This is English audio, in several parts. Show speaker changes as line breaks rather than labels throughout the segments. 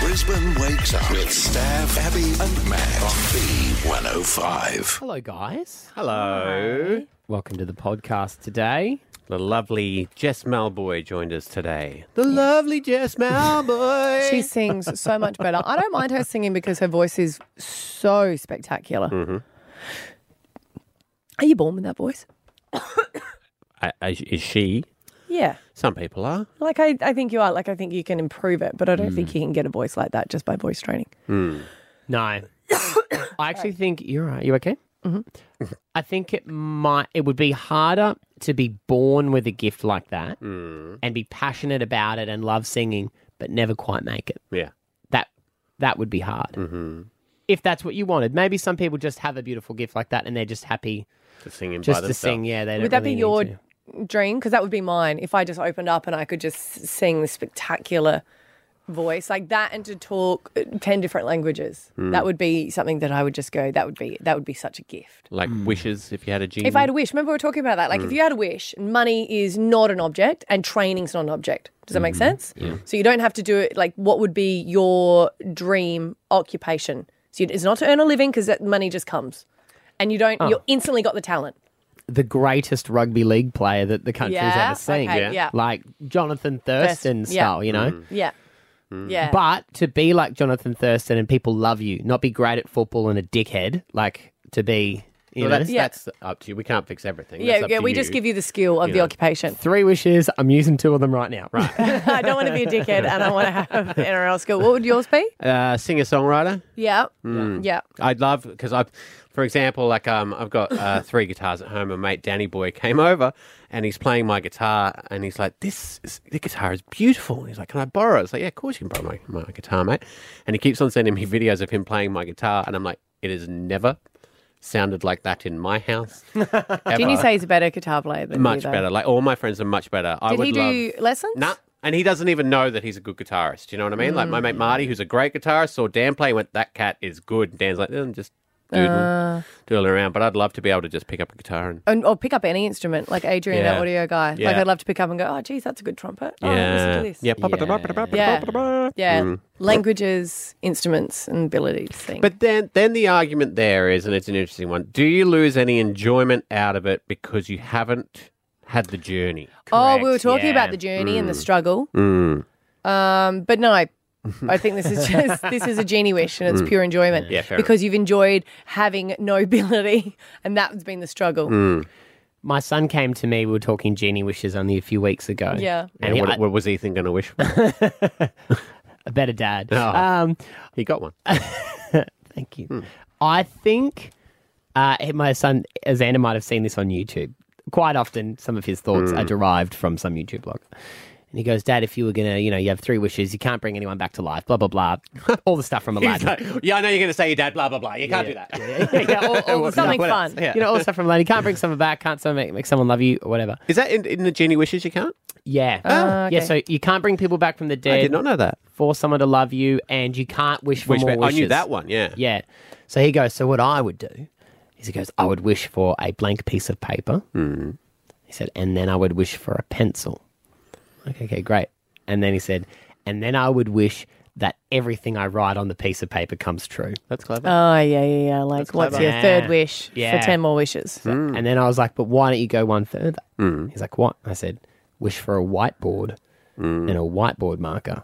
Brisbane wakes up with Staff, Abby, and Matt on B105.
Hello, guys.
Hello.
Welcome to the podcast today.
The lovely Jess Malboy joined us today. The lovely Jess Malboy.
She sings so much better. I don't mind her singing because her voice is so spectacular.
Mm-hmm.
Are you born with that voice?
I- I- is she?
Yeah.
Some people are.
Like, I, I think you are. Like, I think you can improve it, but I don't
Hmm.
think you can get a voice like that just by voice training.
No, I actually think you're right. You okay? Mm-hmm. I think it might. It would be harder to be born with a gift like that and be passionate about it and love singing, but never quite make it.
Yeah.
That that would be hard. Mm-hmm. If that's what you wanted, maybe some people just have a beautiful gift like that and they're just happy
Just singing by
just to
themselves.
sing. Yeah, they don't
Would that
really
be
need
your
to.
dream? Because that would be mine if I just opened up and I could just sing the spectacular voice like that and to talk uh, 10 different languages.
Hmm.
That would be something that I would just go, that would be, that would be such a gift.
Like wishes if you had a genie.
Hmm. If I had a wish, remember we were talking about that. Like,
Mm.
if you had a wish, money is not an object and training's not an object. Does that
Mm-hmm.
make sense? So you don't have to do it. Like, what would be your dream occupation? So you, it's not to earn a living because that money just comes, and you don't. You're instantly got the talent.
the greatest rugby league player that the country's
Yeah,
ever seen.
okay, Yeah. yeah.
Like Jonathan
Thurston,
Thurston
yeah. Mm.
style, you know?
Yeah,
Mm.
yeah.
But to be like Jonathan Thurston and people love you, not be great at football and a dickhead, like to be, you
Well,
know.
that's,
Yeah.
that's up to you. We can't fix everything. That's
yeah,
up
yeah.
to
We just give you the skill of the occupation.
Three wishes. I'm using two of them right now. Right.
I don't want to be a dickhead, and I want to have NRL skill. What would yours be?
Uh, singer songwriter.
Yeah, yeah.
I'd love because I, for example, like um, I've got uh, three guitars at home. and mate Danny Boy came over and he's playing my guitar and he's like, "This is, the guitar is beautiful." And he's like, "Can I borrow?" it?" It's like, "Yeah, of course you can borrow my, my guitar, mate." And he keeps on sending me videos of him playing my guitar, and I'm like, "It has never sounded like that in my house."
Didn't you
ever.
say he's a better guitar player than
much
you, though?
better? Like all my friends are much better. I
Did
would
he do
love.
lessons?
Nah. And he doesn't even know that he's a good guitarist. You know what I mean? Like my
Mm.
mate Marty, who's a great guitarist, saw Dan play and went, That cat is good. Dan's like, "Eh, just doodling,
Uh.
doodling around. But I'd love to be able to just pick up a guitar and
and, or pick up any instrument, like Adrian,
Yeah.
that audio guy. Like
Yeah.
I'd love to pick up and go, oh, geez, that's a good trumpet. Oh, listen to this.
Yeah.
Yeah. Yeah.
Mm.
Languages, instruments, and ability to sing.
But then then the argument there is, and it's an interesting one, do you lose any enjoyment out of it because you haven't had the journey?
oh, we were
correct,
talking
yeah. Mm.
about the journey and the struggle. Um, but no, I, I think this is just this is a genie wish and it's
Mm.
pure enjoyment.
Yeah, fair
because you've enjoyed having no ability, and that's been the struggle.
Mm.
Mm.
My son came to me. We were talking genie wishes only a few weeks ago.
Yeah.
And
And
he-
what,
I-
what was Ethan going to wish for?
a better dad.
Oh.
Um,
he got one. Hmm.
Thank you. I think uh, my son Xander might have seen this on YouTube. Quite often, some of his thoughts
Hmm.
are derived from some YouTube blog. And he goes, Dad, if you were gonna, you know, you have three wishes, you can't bring anyone back to life. Blah blah blah. All the stuff from
He's
Aladdin.
like, yeah, I know you're going to say your dad, blah, blah, blah. You can't do that.
yeah, all- all the
Something
stuff-
fun.
Yeah.
You know, all the stuff from Aladdin. You can't bring someone back. Can't someone make, make someone love you or whatever.
Is that in, in the genie wishes you can't?
Yeah.
Ah,
Yeah.
okay.
So you can't bring people back from the dead.
I did not know that.
Force someone to love you, and you can't wish for
Wish
more
I
wishes.
knew that one. Yeah.
Yeah. So he goes, So what I would do is he goes, I would wish for a blank piece of paper.
Hmm.
He said, And then I would wish for a pencil. Okay, okay, great. And then he said, And then I would wish that everything I write on the piece of paper comes true.
That's clever.
Oh yeah, yeah, yeah. Like, what's
clever.
your
Yeah.
third wish
Yeah.
for ten more wishes?
Hmm.
And then I was like, But why don't you go one further? He's like, What? I said, Wish for a whiteboard
Hmm.
and a whiteboard marker.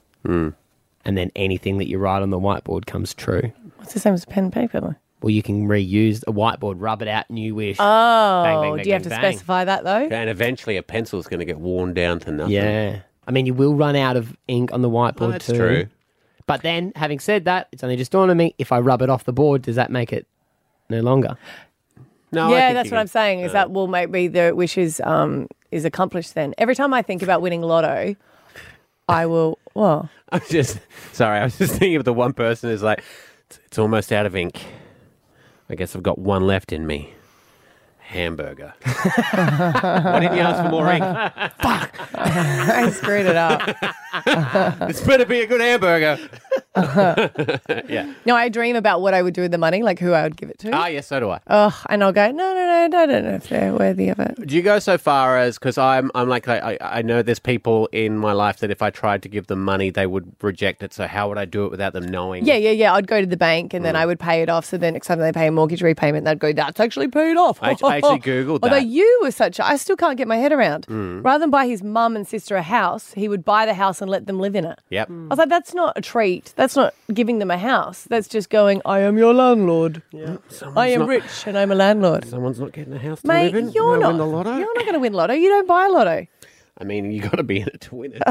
And then anything that you write on the whiteboard comes true.
What's the same as pen and paper? Though?
Well, you can reuse a whiteboard, rub it out, new wish.
Oh,
bang,
do
bang,
you have to
bang.
specify that though?
And eventually a pencil's going to get worn down to nothing.
Yeah. I mean, you will run out of ink on the whiteboard
Oh, that's
too.
true.
But then, having said that, it's only just dawned on me if I rub it off the board, does that make it no longer?
No, I
yeah, that's
think you
what
can-
I'm saying. Is that will maybe the wish is um is accomplished then. Every time I think about winning lotto, I will. Well,
I'm just sorry. I was just thinking of the one person who's like, it's, it's almost out of ink. I guess I've got one left in me. Hamburger. Why didn't you ask for more ink?
I screwed it up.
This better be a good hamburger. yeah.
No, I dream about what I would do with the money, like who I would give it to.
Ah, yes, so do I.
oh, and I'll go, no, no, no, I don't know if they're worthy of it.
Do you go so far as because I'm I'm like I, I I know there's people in my life that if I tried to give them money they would reject it. So how would I do it Mm. without them knowing?
Yeah, yeah, yeah. I'd go to the bank and then I would pay it off. So then next time they pay a mortgage repayment, they'd go, that's actually paid off.
I- I actually Googled
Although
that. Mm.
you were such, a, I still can't get my head around. Rather than buy his mum and sister a house, he would buy the house and let them live in it.
Yep.
I was like, that's not a treat. That's not giving them a house. That's just going, I am your landlord.
Someone's
I am
not,
rich and I'm a landlord.
Someone's not getting a house to
Mate,
live in.
you're
and I
not.
win the lotto.
You're not going to win lotto. You don't buy lotto.
I mean, you got to be in it to win it.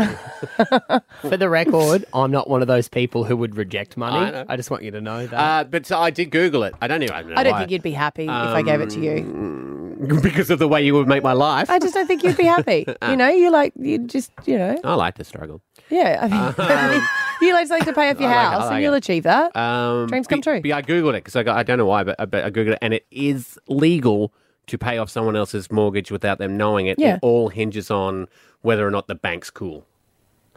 For the record, I'm not one of those people who would reject money.
I know.
I, just want you to know that.
uh, but so I did Google it. I don't even. I don't, know
I don't
why.
think you'd be happy if I gave it
Um,
to you.
because of the way you would make my life.
I just don't think you'd be happy. you know, you like you just you know
I like to struggle.
yeah. I mean, you like something to pay off your
Um, I like it, I
house
like
and you'll
it.
achieve that.
Um,
Dreams
but-
come true.
But I googled it because I, got- I don't know why, but, but I googled it, and it is legal to pay off someone else's mortgage without them knowing it.
Yeah.
It all hinges on whether or not the bank's cool.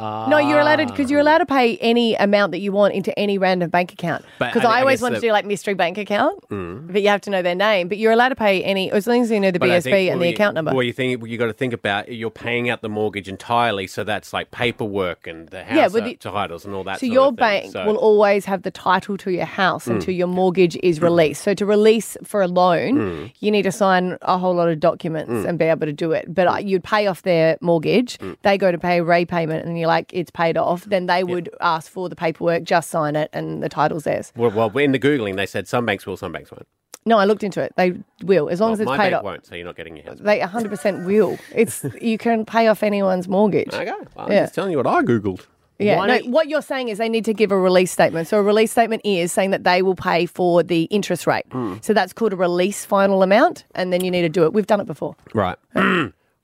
no, you're allowed to because you're allowed to pay any amount that you want into any random bank account.
But
Because
I-
I,
I
always
guess
want
the-
to do like mystery bank account,
Ah.
but you have to know their name. But you're allowed to pay any as long as you know the
Mm-hmm. Mm. But I
BSB and
think- well,
the
you-
account number.
Well, you think you got to think about you're paying out the mortgage entirely, so that's like paperwork and the house
Yeah, but
uh,
the-
titles and all that.
So
sort
your
of thing.
bank
So- Mm.
will always have the title to your house until your mortgage is released. So to release for a loan,
Mm.
you need to sign a whole lot of documents and be able to do it. But uh,
Mm.
you'd pay off their mortgage. They go to pay a repayment, and you're like, it's paid off. Then they would ask for the paperwork, just sign it, and the title's theirs.
Well, well, in the googling, they said some banks will, some banks won't.
No, I looked into it. They will, as long as
Well,
it's
my
paid
bank
off.
won't, so you're not getting your house.
They 100% will. It's you can pay off anyone's mortgage.
Okay, well, I'm
Yeah.
just telling you what I googled.
Yeah,
Why
no,
don't you-
what you're saying is they need to give a release statement. So a release statement is saying that they will pay for the interest rate. So that's called a release final amount, and then you need to do it. We've done it before.
Right.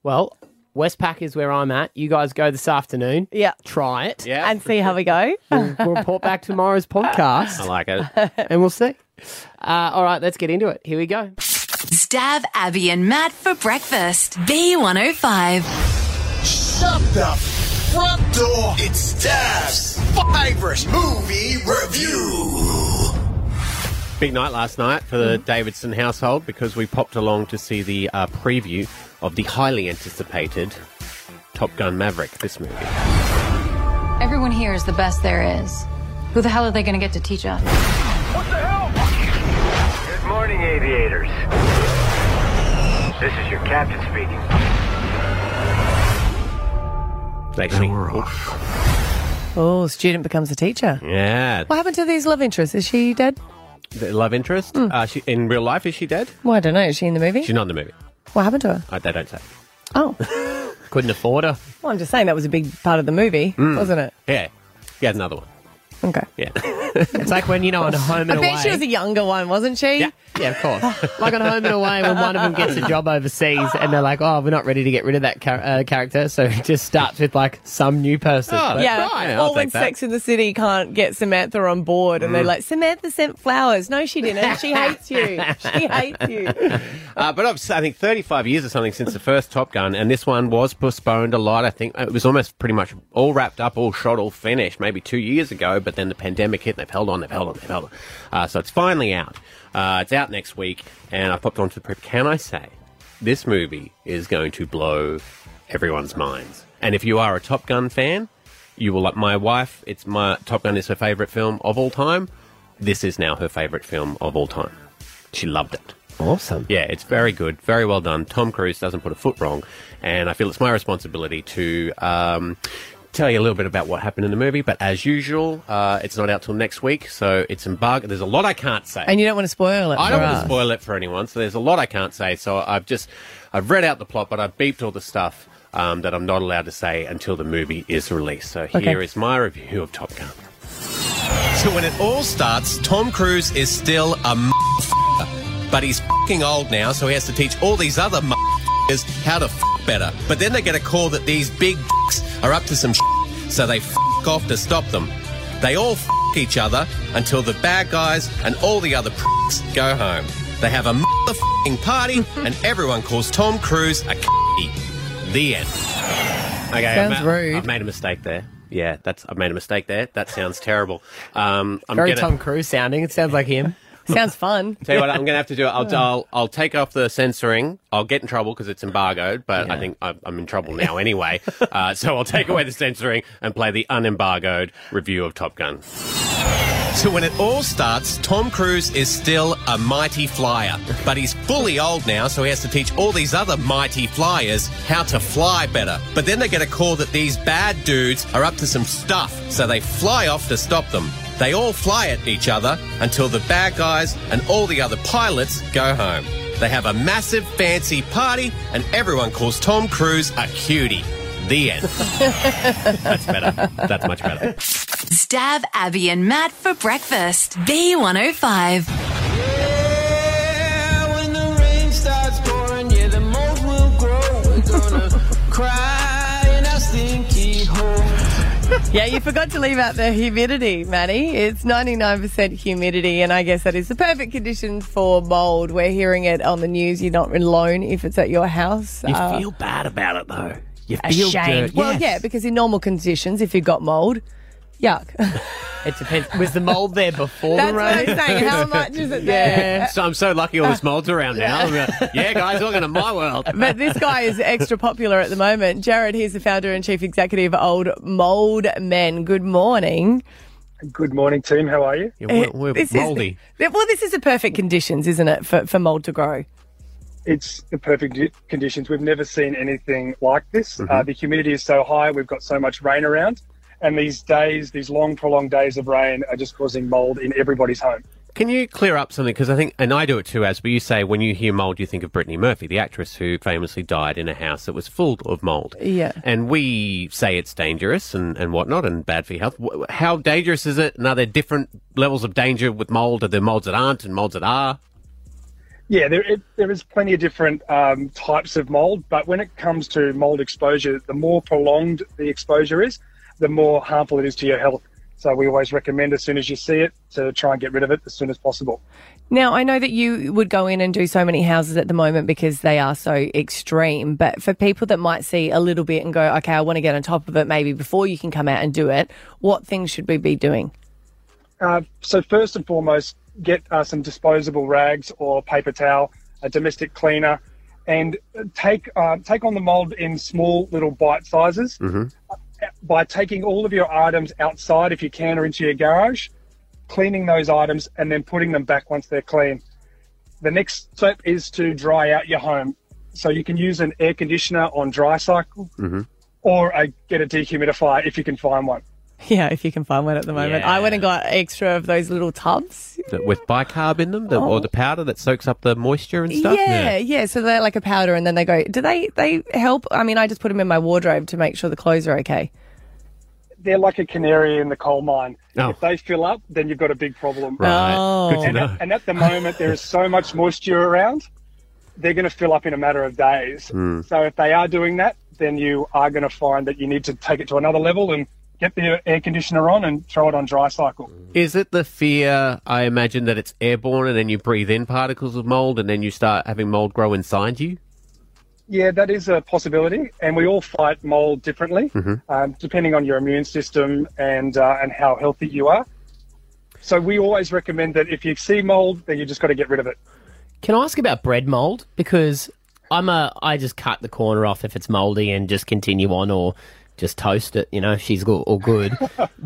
well, Westpac is where I'm at. You guys go this afternoon.
Yeah.
Try it.
Yeah.
And see how we go.
We'll, we'll report back tomorrow's
I
podcast
like it.
and we'll see. Uh, all right, let's get into it. Here we go.
Stav, Abby, and Matt for breakfast. B105.
Shut the front door. It's Dave's favorite movie review.
Big night last night for the
Mm-hmm.
Davidson household because we popped along to see the uh, preview of the highly anticipated Top Gun Maverick, this movie.
Everyone here is the best there is. Who the hell are they going to get to teach us?
Good morning, aviators. This is your captain speaking.
They actually-
oh, student becomes a teacher.
Yeah.
What happened to these love interests? Is she dead?
The love interest.
Mm.
Uh, she, in real life, is she dead?
Well, I don't know. Is she in the movie?
She's not in the movie.
What happened to her?
Uh, they don't say.
Oh,
Couldn't afford her.
well, I'm just saying that was a big part of the movie,
Hmm.
wasn't it?
Mm. Yeah. Yeah, another one.
Okay.
Yeah.
It's like when, you know, on Home and
I
Away.
bet she was a younger one, wasn't she?
Yeah.
Yeah, of course. like on Home and Away, when one of them gets a job overseas and they're like, oh, we're not ready to get rid of that char- uh, character. So it just starts with like some new person.
Oh,
But-
Yeah,
Right, I'll
or when
take that.
Sex in the City can't get Samantha on board, and they're like, Samantha sent flowers. No, she didn't. She hates you. She hates you.
Uh, but I've, I think 35 years or something since the first Top Gun, and this one was postponed a lot. I think uh, it was almost pretty much all wrapped up, all shot, all finished, maybe two years ago. But then the pandemic hit, and they've held on, they've held on, they've held on. Uh, so it's finally out. Uh, it's out next week, and I popped onto the prep. Can I say this movie is going to blow everyone's minds? And if you are a Top Gun fan, you will like my wife. It's my Top Gun is her favorite film of all time. This is now her favorite film of all time. She loved it.
Awesome.
Yeah, it's very good, very well done. Tom Cruise doesn't put a foot wrong, and I feel it's my responsibility to um, tell you a little bit about what happened in the movie. But as usual, uh, it's not out till next week, so it's embargo. There's a lot I can't say.
And you don't want to spoil it.
I don't
for
want
us.
to spoil it for anyone, so there's a lot I can't say. So I've just I've read out the plot, but I've beeped all the stuff um, that I'm not allowed to say until the movie is released. So here is my review of Top Gun. So when it all starts, Tom Cruise is still a motherfucker. but he's fucking old now, so he has to teach all these other motherfuckers how to fuck better. But then they get a call that these big dicks are up to some shit, so they fuck off to stop them. They all fuck each other until the bad guys and all the other pricks go home. They have a motherfucking party, and everyone calls Tom Cruise a c- The end. Okay,
Sounds
I've ma-
rude.
I've made a mistake there. yeah, that's I've made a mistake there. That sounds terrible. Um, I'm
Very
gonna
Tom Cruise sounding. It sounds like him.
Sounds fun.
tell you what. I'm gonna have to do it. I'll I'll, I'll take off the censoring. I'll get in trouble because it's embargoed. But I think I'm, I'm in trouble now anyway. Uh, so I'll take away the censoring and play the unembargoed review of Top Gun.
So when it all starts, Tom Cruise is still a mighty flyer, but he's fully old now, so he has to teach all these other mighty flyers how to fly better. But then they get a call that these bad dudes are up to some stuff, so they fly off to stop them. They all fly at each other until the bad guys and all the other pilots go home. They have a massive fancy party, and everyone calls Tom Cruise a cutie. The end.
That's better. That's much better.
Stab Abby and Matt for breakfast. B105.
Yeah, when the rain starts pouring, yeah, the mold will grow. We're gonna cry in our stinky hole.
Yeah, you forgot to leave out the humidity, Maddie. It's 99% humidity, and I guess that is the perfect conditions for mold. We're hearing it on the news. You're not alone if it's at your house.
You
Uh,
feel bad about it though. You feel dirt.
Well,
Yes.
yeah, because in normal conditions, if you've got mold, yuck.
It depends. Was the mold there before
That's
the
what I'm
rain?
saying. How much is it there? Ah.
So I'm so lucky all this mold's around now. I'm gonna- yeah, guys, welcome to my world.
But this guy is extra popular at the moment. Jared, he's the founder and chief executive of Old Mold Men. Good morning. Uh,
Good morning, team. How are you?
Yeah, we're we're
Eh, This is-
moldy.
well, this is the perfect conditions, isn't it, for, for mold to grow?
It's the perfect di- conditions. We've never seen anything like this.
Mm-hmm.
Uh, the humidity is so high. We've got so much rain around. And these days, these long, prolonged days of rain are just causing mold in everybody's home.
Can you clear up something? Because I think, and I do it too, as but you say when you hear mold, you think of Brittany Murphy, the actress who famously died in a house that was full of mold.
Yeah.
And we say it's dangerous and, and whatnot and bad for your health. Wh- How dangerous is it? And are there different levels of danger with mold? Are there molds that aren't and molds that are?
Yeah, there, it, there is plenty of different um, types of mold, but when it comes to mold exposure, the more prolonged the exposure is, the more harmful it is to your health. So we always recommend as soon as you see it to try and get rid of it as soon as possible.
Now, I know that you would go in and do so many houses at the moment because they are so extreme, but for people that might see a little bit and go, okay, I want to get on top of it maybe before you can come out and do it, what things should we be doing?
Uh, so first and foremost, get uh, some disposable rags or paper towel, a domestic cleaner, and take uh, take on the mold in small little bite sizes. Uh, By taking all of your items outside, if you can, or into your garage, cleaning those items and then putting them back once they're clean. The next step is to dry out your home. So you can use an air conditioner on dry cycle, or a, get a dehumidifier if you can find one.
Yeah, if you can find one at the moment. I went and got extra of those little tubs.
That- With bicarb in them, the, or
Oh.
the powder that soaks up the moisture and stuff?
yeah, yeah. So they're like a powder, and then they go. Do they they help? I mean, I just put them in my wardrobe to make sure the clothes are okay.
they're like a canary in the coal mine.
Oh.
If they fill up, then you've got a big problem.
Right. Good to
Oh.
And,
know.
at, and at the moment, there is so much moisture around, they're going to fill up in a matter of days.
Hmm.
So if they are doing that, then you are going to find that you need to take it to another level and get the air conditioner on and throw it on dry cycle.
Is it the fear, I imagine, that it's airborne and then you breathe in particles of mold and then you start having mold grow inside you?
Yeah, that is a possibility, and we all fight mold differently,
Mm-hmm.
um, depending on your immune system and uh, and how healthy you are. So we always recommend that if you see mold, then you just got to get rid of it.
Can I ask about bread mold? Because I'm a I just cut the corner off if it's moldy and just continue on, or just toast it. You know, if she's good or good.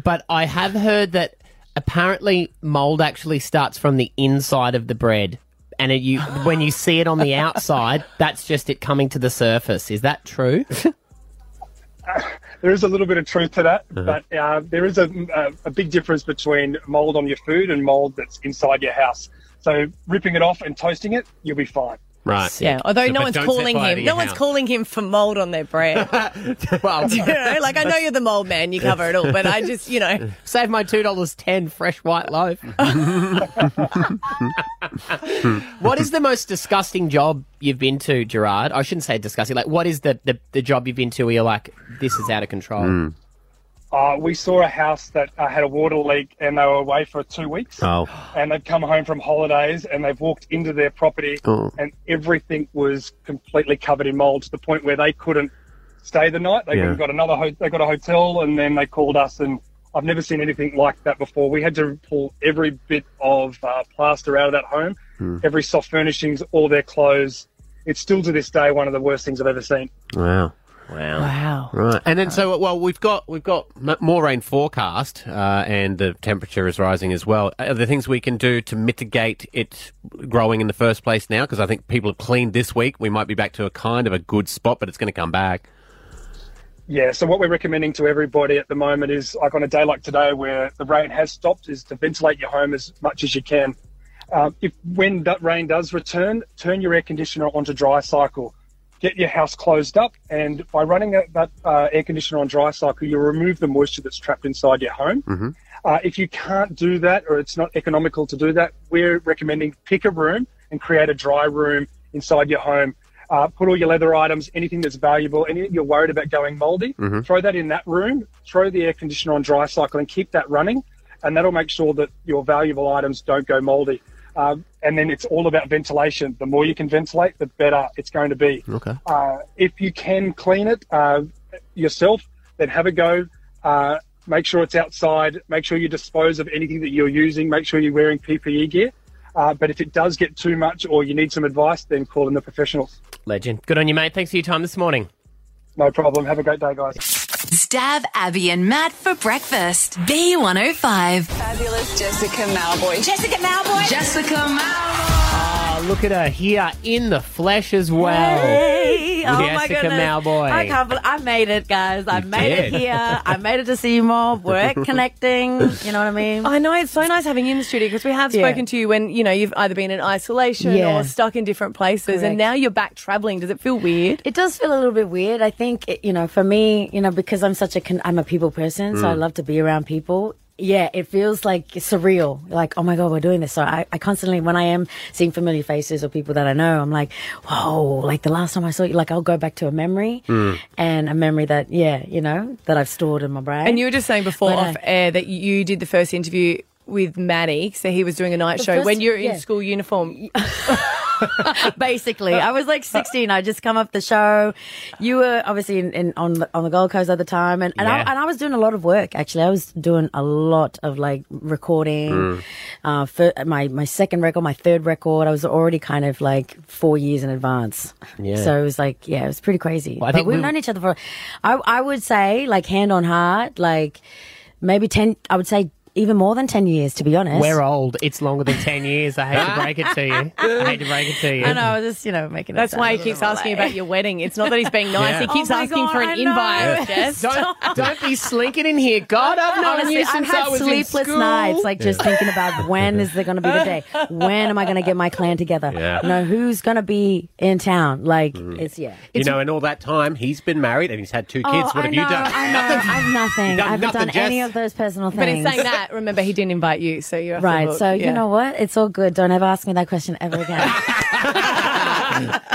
but I have heard that apparently mold actually starts from the inside of the bread, and it, you when you see it on the outside, that's just it coming to the surface. Is that true?
there is a little bit of truth to that, but uh, there is a, a, a big difference between mold on your food and mold that's inside your house. So ripping it off and toasting it, you'll be fine.
Right.
Yeah, although
So,
no
but
one's
don't set
calling
fire to
him.
your
No one's
house.
calling him for mold on their bread.
Well,
you know, like I know you're the mold man, you cover it all, but I just, you know,
Save my two dollars ten fresh white loaf. what is the most disgusting job you've been to, Gerard? I shouldn't say disgusting. Like, what is the, the, the job you've been to where you're like, this is out of control?
Uh, we saw a house that uh, had a water leak and they were away for two weeks.
oh.
And they've come home from holidays and they've walked into their property
Oh.
and everything was completely covered in mold to the point where they couldn't stay the night. They
Yeah.
got another ho- they got a hotel, and then they called us. And I've never seen anything like that before. We had to pull every bit of uh, plaster out of that home,
Hmm.
every soft furnishings, all their clothes. It's still to this day one of the worst things I've ever seen.
Wow.
Wow. Wow.
Right. And then so well we've got we've got m- more rain forecast uh, and the temperature is rising as well. Are there things we can do to mitigate it growing in the first place now because I think people have cleaned this week. We might be back to a kind of a good spot but it's going to come back.
Yeah, so what we're recommending to everybody at the moment is like on a day like today where the rain has stopped is to ventilate your home as much as you can. Um, if when that rain does return, turn your air conditioner onto dry cycle. Get your house closed up, and by running that, that uh, air conditioner on dry cycle, you'll remove the moisture that's trapped inside your home.
Mm-hmm.
Uh, if you can't do that or it's not economical to do that, we're recommending pick a room and create a dry room inside your home. Uh, put all your leather items, anything that's valuable, anything you're worried about going moldy,
Mhm.
throw that in that room, throw the air conditioner on dry cycle and keep that running. And that'll make sure that your valuable items don't go moldy. Um, and then it's all about ventilation. The more you can ventilate, the better it's going to be.
Okay.
Uh, if you can clean it uh, yourself, then have a go. Uh, make sure it's outside. Make sure you dispose of anything that you're using. Make sure you're wearing PPE gear. Uh, but if it does get too much or you need some advice, then call in the professionals.
Legend. Good on you, mate. Thanks for your time this morning.
No problem. Have a great day, guys.
Stab Abby and Matt for breakfast. B105.
Fabulous Jessica Malboy. Jessica Malboy. Jessica Malboy.
Ah, look at her here in the flesh as well.
Hey! Oh my
Jessica
goodness.
Malboy.
I can't believe I made it, guys. I made
did.
it here. I made it to Seymour. We're connecting. You know what I mean?
I know it's so nice having you in the studio because we have
Yeah.
spoken to you when you know you've either been in isolation
Yeah.
or stuck in different places,
Correct.
and now you're back traveling. Does it feel weird?
It does feel a little bit weird. I think it, you know, for me, you know, because I'm such a con- I'm a people person, so
Mm.
I love to be around people. Yeah, it feels like surreal. Like, oh my god, we're doing this. So I, I constantly, when I am seeing familiar faces or people that I know, I'm like, whoa! Like the last time I saw you, like I'll go back to a memory and a memory that, yeah, you know, that I've stored in my brain.
And you were just saying before
But, uh,
off air that you did the first interview with Maddie, so he was doing a night
The
show
first-
when you're in
yeah.
school uniform.
basically. I was like 16. I just come up the show. You were obviously in, in on the, on the Gold Coast at the time, and and,
Yeah.
I, and I was doing a lot of work actually. I was doing a lot of like recording.
Mm.
Uh, for my my second record, my third record, I was already kind of like four years in advance.
Yeah.
So it was like, yeah, it was pretty crazy.
Well, I
but
think
we've
we-
known each other for, I I would say like hand on heart, like maybe ten. I would say. Even more than ten years, to be honest.
We're old. It's longer than 10 years. I hate to break it to you. I hate to break it to you.
I know, I was just you know making.
That's why he
sound a
keeps
little
asking
like-
about your wedding. It's not that he's being nice;
Yeah.
he keeps
Oh my
asking
God,
for an
I know.
invite.
Yeah.
Jess.
Don't, don't be slinking in here. God, I've known
Honestly,
you
I've
since
had
I was in
sleepless
school.
nights, like just
Yeah.
thinking about when is there going to be the day? When am I going to get my clan together?
Yeah. Mm.
You know, who's going to be in town? Like, it's yeah.
You
It's-
know, in all that time he's been married and he's had two kids.
Oh,
what
I
have
know,
you done?
I know. I've nothing.
You've done
I haven't
nothing,
done any
Jess.
of those personal
But in
things.
saying that, remember he didn't invite you, so you're off the
Right,
hook.
so
Yeah.
you know what? It's all good. Don't ever ask me that question ever again.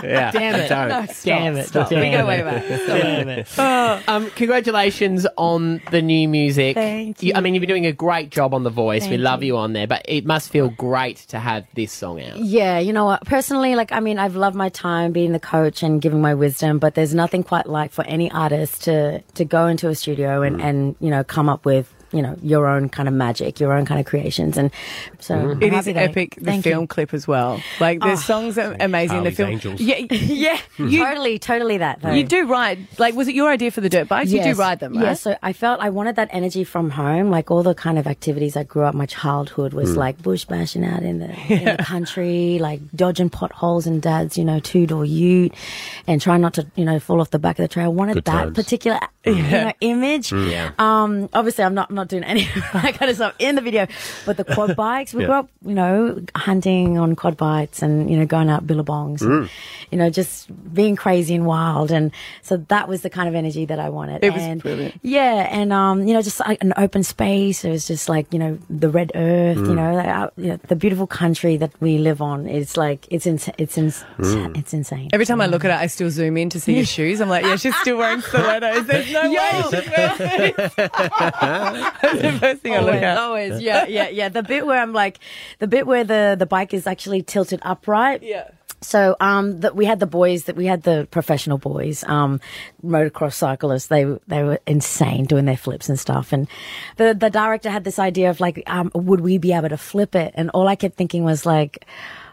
Yeah.
Damn it.
Don't.
No, stop, Damn it.
stop.
Damn
We go
it.
way back. Stop.
Damn it. Um, congratulations on the new music.
Thank
I mean, you've been doing a great job on The Voice. we
Thank
love you. on there, but it must feel great to have this song out.
Yeah, you know what? Personally, like, I mean, I've loved my time being the coach and giving my wisdom, but there's nothing quite like for any artist to to go into a studio and
Mm.
and you know come up with you know your own kind of magic, your own kind of creations, and so I'm
It is
happy that I-
epic. The
Thank you.
film clip as well. Like the
Oh.
songs are amazing. the
Charlie's
film,
Angels. Mm-hmm.
yeah, yeah.
totally, totally that. Though.
You do ride. Like, was it your idea for the dirt bikes? You
Yes.
do ride them, right?
Yeah, so I felt I wanted that energy from home, like all the kind of activities I grew up. My childhood was
Mm.
like bush bashing out in the, in the country, like dodging potholes and dad's, you know, two door ute, and trying not to, you know, fall off the back of the trail. I wanted
Good
that
times.
particular you
Yeah.
know, image.
Mm. Yeah.
Um, obviously, I'm not I'm not doing any of that kind of stuff in the video, but the quad bikes. We
Yeah.
grew up, you know, hunting on quad bikes and you know going out billabongs. and,
Mm.
you know, just being crazy and wild. And so that was the kind of energy that I wanted.
It was
and,
brilliant.
Yeah. And, um, you know, just like an open space. It was just like, you know, the red earth, you,
Mm.
know, like, uh, you know, the beautiful country that we live on. It's like, it's, ins- it's, ins-
Mm.
it's insane.
Every time I look at her, I still zoom in to see your shoes. I'm like, yeah, she's still wearing stilettos. There's no way. That's the first thing I look
always,
at.
always, yeah, yeah, yeah. The bit where I'm like, the bit where the the bike is actually tilted upright.
Yeah.
So um, that we had the boys that we had the professional boys, um, motocross cyclists. They they were insane doing their flips and stuff. And the the director had this idea of like, um, would we be able to flip it? And all I kept thinking was like,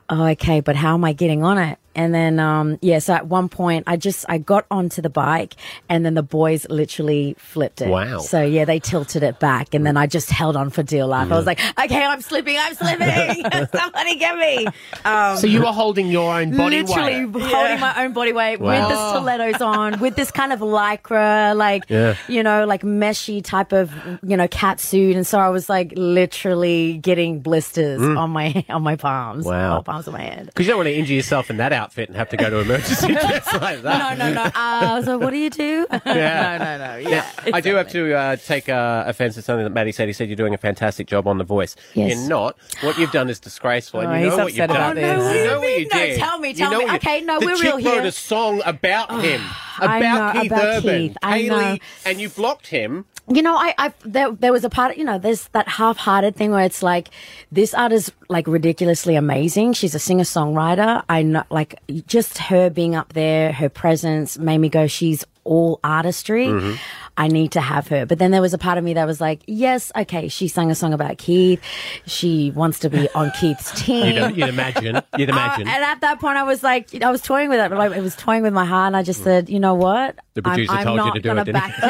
oh, okay, but how am I getting on it? And then, um, yeah, so at one point I just, I got onto the bike and then the boys literally flipped it.
Wow.
So yeah, they tilted it back and then I just held on for dear life. I was
Mm.
like, okay, I'm slipping, I'm slipping. Somebody get me. Um,
so you were holding your own body
literally
weight.
holding my own body weight with the
Wow.
stilettos on, with this kind of lycra, like
Yeah.
you know, like meshy type of you know cat suit, and so I was like literally getting blisters
Mm.
on my on my palms,
Wow.
Oh, palms of my hand.
Because you don't want to injure yourself in that outfit and have to go to emergency just like that.
No, no, no. Uh, so what do you do?
Yeah.
no, no, no. Yeah.
Now, I do have to uh, take uh, offence at something that Maddie said. He said you're doing a fantastic job on The Voice.
Yes.
You're not. What you've done is disgraceful.
Oh,
and you
he's
know what you've
upset
done.
about this. Oh, no,
You
what
know
do
what
you
you
mean? No,
did.
tell me,
You
tell
know
me.
what you-
Okay, no,
the
we're
chick
real here. Oh,
wrote a song about him,
I
about
know,
Keith
about
Urban,
Keith. I
Kaylee,
know.
and you blocked him.
You know, I, I there, there was a part, you know, there's that half-hearted thing where it's like, this artist like ridiculously amazing. She's a singer-songwriter. I know, like, just her being up there, her presence made me go, she's all artistry.
Mm-hmm.
Mm-hmm.
Mhm.
I need to have her. But then there was a part of me that was like, yes, okay, she sang a song about Keith. She wants to be on Keith's team.
You'd, you'd imagine. You'd imagine.
Uh, And at that point, I was like, I was toying with it. Like, it was toying with my heart, and I just said, you know what?
The producer
I'm, I'm
told you
not
to do
gonna
it, didn't
back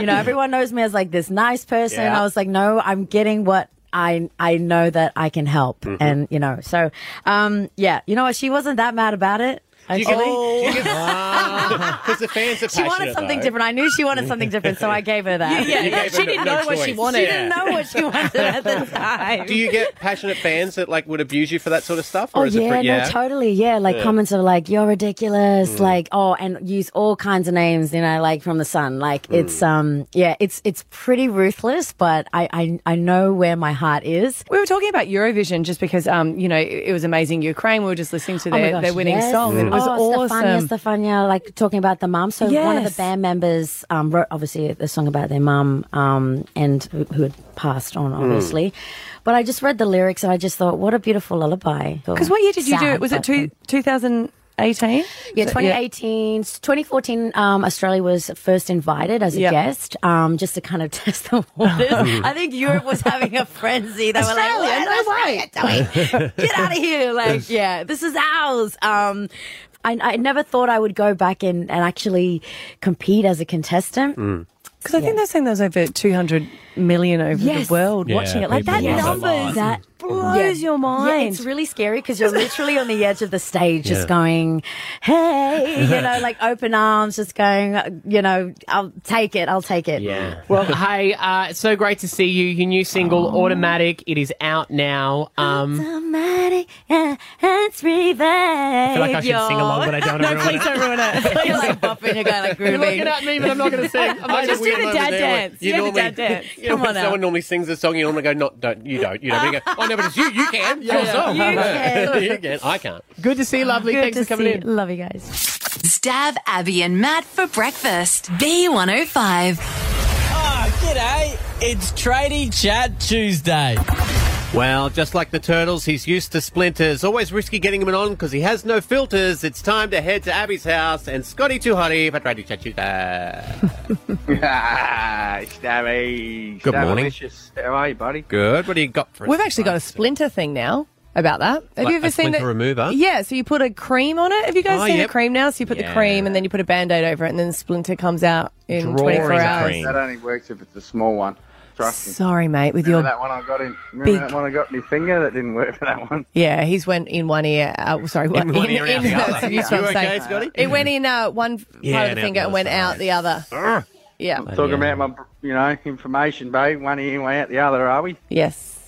you know, everyone knows me as like this nice person.
Yeah.
I was like, no, I'm getting what. I, I know that I can help
Mhm.
and you know so um yeah you know what she wasn't that mad about it
Do
actually
you get- do you get- Because the fans are
Oh. she wanted
passionate,
something
though.
different I knew she wanted something different so I gave her that
You- yeah, You gave she her didn't no know what she choice. wanted.
she didn't know what she wanted at the time
Do you get passionate fans that like would abuse you for that sort of stuff? Or
Oh
is
yeah,
it pretty,
no, totally, yeah. Like
Yeah.
comments of like you're ridiculous,
Mm.
like oh, and use all kinds of names, you know, like from the sun. Like
Mm.
it's um, yeah, it's it's pretty ruthless, but I I, I know where my heart is.
We were talking about Eurovision just because, um, you know, it, it was amazing Ukraine. We were just listening to
Oh my
their,
gosh,
their winning
yes.
song.
Mm.
and It was
oh,
awesome.
Stefania, Stefania, like talking about the mum. So one of the
Yes.
band members um, wrote obviously a song about their mum um, and who, who had passed on,
Mm.
obviously. But I just read the lyrics and I just thought, what a beautiful lullaby.
Because what year did you do it? Was it
but-
two, 2018?
Yeah, 2018, 2014, um, Australia was first invited as a
Yeah.
guest, um, just to kind of test the waters. I think Europe was having a frenzy. They were
Australia,
like,
no
"What Australia doing? Get out of here. Like, yeah, this is ours. Um, I, I never thought I would go back and, and actually compete as a contestant.
Mm.
Because I think they're saying there's over 200 million over
Yes.
the world
Yeah,
watching it. Like
people
that
love it a
numbers.
lot. That blows your
mind.
Mm. Yeah, it's really scary because you're literally on the edge of the stage, just
Yeah.
going, "Hey," you know, like open arms, just going, uh, you know, "I'll take it, I'll take it."
Yeah. well, hey, uh, it's so great to see you. Your new single,
Oh.
Automatic, it is out now. Um,
Automatic, uh, it's revive. I
feel like I should sing along, but I don't wanna No, ruin please it. don't
ruin it. you're like bopping, you're going like
You're
grooving.
looking at me, but I'm not gonna sing. I'm like
just
a
do
weird
the
moment
dad
there
where
dance.
you
You do
normally-
the dad dance.
You know,
Come
when
on now.
someone normally sings a song, you normally go, "Not, don't, you don't, you don't." You go, oh no, but it's you. You can. It's your
Yeah.
song.
You can.
You can. I can't.
Good to see you, lovely.
Good
Thanks
to
for coming
see
in.
Love you guys.
Stab Abby and Matt for breakfast. B105.
Ah, g'day. It's Tradie Chat Tuesday.
Well, just like the turtles, he's used to splinters. Always risky getting him on because he has no filters. It's time to head to Abby's house and Scotty too hotty for Tradie Chat
Stabby.
Good morning.
Delicious. How are you, buddy?
Good. What do you got for us?
We've actually got a splinter thing now about that. Have
Like
you ever
a
seen that?
splinter remover?
Yeah, so you put a cream on it. Have you guys
Oh,
seen
yep.
the cream now? So you put the cream and then you put a band aid over it and then the splinter comes out in 24 hours.
That only works if it's a small one. Trust me.
Sorry, mate, with
Remember
your
that one I got in. Remember
big-
that one I got in my finger that didn't work for that one.
Yeah, he's went in one ear. Uh, sorry,
In one ear and out the
that's
other.
what that's what
Yeah. You
I'm
okay,
saying.
Scotty?
It went in uh, one part
Yeah, and out
of
the
the finger
other
and went
side.
out the other. yeah.
I'm talking about my, you know, information, babe. One ear, way out the other, are we?
Yes.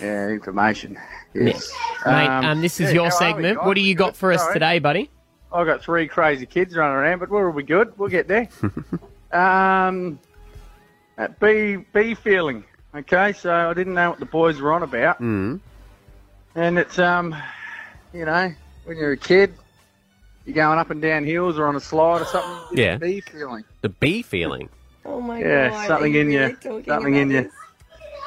Yeah, information. Yes.
Mate, um, this is
yeah,
your
how are we,
segment.
guys?
What do you got for us
Sorry.
today, buddy?
I got three crazy kids running around, but we'll be good. We'll get there. um, uh, bee bee feeling. Okay, so I didn't know what the boys were on about,
Mm.
and it's um, you know, when you're a kid, you're going up and down hills or on a slide or something.
Yeah.
bee feeling.
The bee feeling.
Oh my
yeah, something in you. Something in you.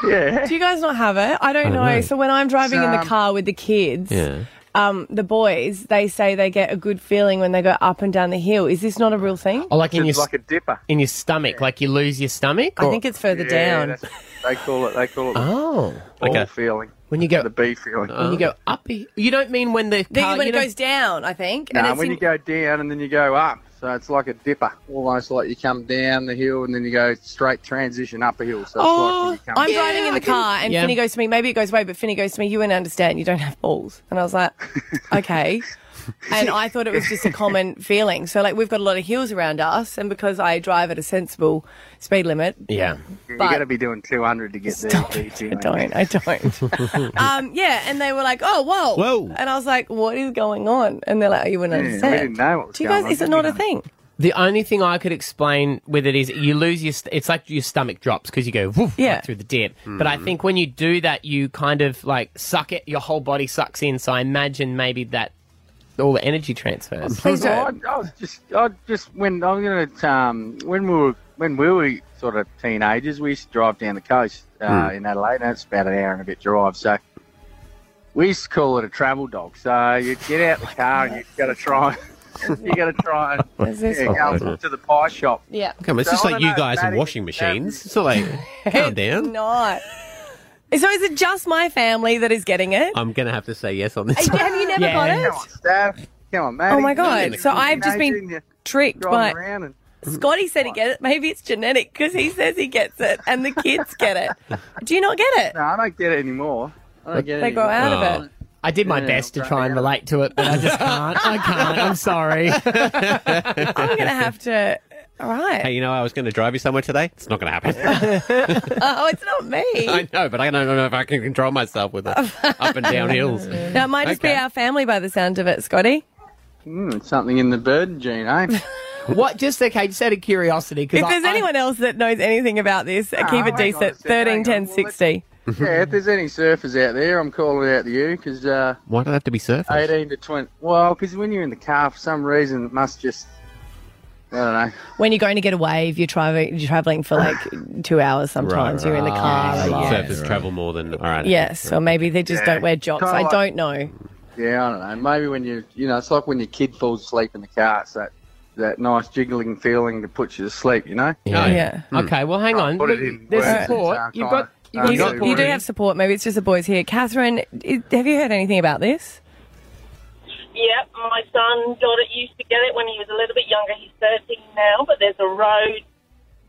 Yeah.
Do you guys not have it? I don't,
I don't
know.
know.
So when I'm driving in
Um,
the car with the kids,
Yeah.
um, the boys, they say they get a good feeling when they go up and down the hill. Is this not a real thing?
Oh,
Or Oh, like in your
a dipper.
In your stomach, like you lose your stomach.
I think it's further down.
They call it. They call it.
Oh,
like
Okay.
a feeling.
When you go
the B feeling.
When you Uh, go
Oh.
up, you don't mean when the
The-
car,
when
you
it
know-
goes down, I think.
No,
and it's
when
in-
you go down and then you go up. So it's like a dipper, almost like you come down the hill and then you go straight transition up a hill. So
Oh,
it's like when you come
I'm driving in the car, and
Yeah.
Finney goes to me. Maybe it goes away, but Finney goes to me. You won't understand. You don't have balls. And I was like, okay. and I thought it was just a common feeling. So like we've got a lot of hills around us, and because I drive at a sensible speed limit,
Yeah.
You're
But-
going to be doing 200 to get there. I
don't. I don't. um, yeah. And they were like, oh, whoa,
Whoa.
And I was like, what is going on? And they're like, oh, you wouldn't
Yeah, we
understand.
didn't know what was
Do you
going
guys?
on,
Is it
did
not a thing?
The only thing I could explain with it is you lose your. St- it's like your stomach drops because you go woof
Yeah.
right through the dip.
Hmm.
But I think when you do that, you kind of like suck it. Your whole body sucks in. So I imagine maybe that all the energy transfers.
I, I was just, I just when I'm going to, um, when we were, when we were sort of teenagers, we used to drive down the coast uh,
Hmm.
in Adelaide, and it's about an hour and a bit drive. So we used to call it a travel dog. So you would get out the car and you got to try, you got to try and
Is this-
yeah, go to the pie shop.
Yeah.
Come, on, it's
So
just
I
like
don't
you
know,
guys and
Maddie,
washing machines. So like, calm down.
Not. So is it just my family that is getting it?
I'm gonna have to say yes on this.
Have you- have you never got it?
Come on, Steph. Come on, man.
Oh my god! So I've just been tricked by.
driving around and-
Scotty said he gets it. Maybe it's genetic because he says he gets it, and the kids get it. Do you not get it?
No, I don't get it anymore. I don't get it
They go
anymore.
out of it.
Oh. I did my
Yeah,
best to try and relate to it, but I just can't. I can't. I'm sorry.
I'm gonna have to. All right.
Hey, you know, I was going to drive you somewhere today. It's not going to happen.
Oh, it's not me.
I know, but I don't know if I can control myself with it. Up and down hills.
Now it might just be our family by the sound of it, Scotty.
Mm, something in the bird gene, eh?
what? Just okay. Just out of curiosity,
If there's anyone else that knows anything about this, uh, keep
hang
it
on
decent. Thirteen ten sixty.
yeah, if there's any surfers out there, I'm calling out to you because uh,
Why do they have to be surfing?
18 to 20. Well, because when you're in the car, for some reason, it must just. I don't know.
When you're going to get a wave, you're traveling. You're traveling for like two hours. Sometimes you're in the car.
Right,
like, yeah.
Surfers travel more than. All right.
Yes, or maybe they just
Yeah.
don't wear jocks.
Kinda
I
like-
don't know.
Yeah, I don't know. Maybe when you, you know, it's like when your kid falls asleep in the car. It's that, that nice jiggling feeling that puts you to sleep, you know?
Yeah. Yeah.
Hmm.
Okay, well, hang on.
Hmm. Put it
Look,
in
there's
words.
support.
It's, uh,
You've
kinda-
got- you've got
uh,
You,
support.
you do have support. Maybe it's just the boys here. Catherine, i have you heard anything about this?
Yep, my son got it, used to get it when he was a little bit younger. He's 13 now, but there's a road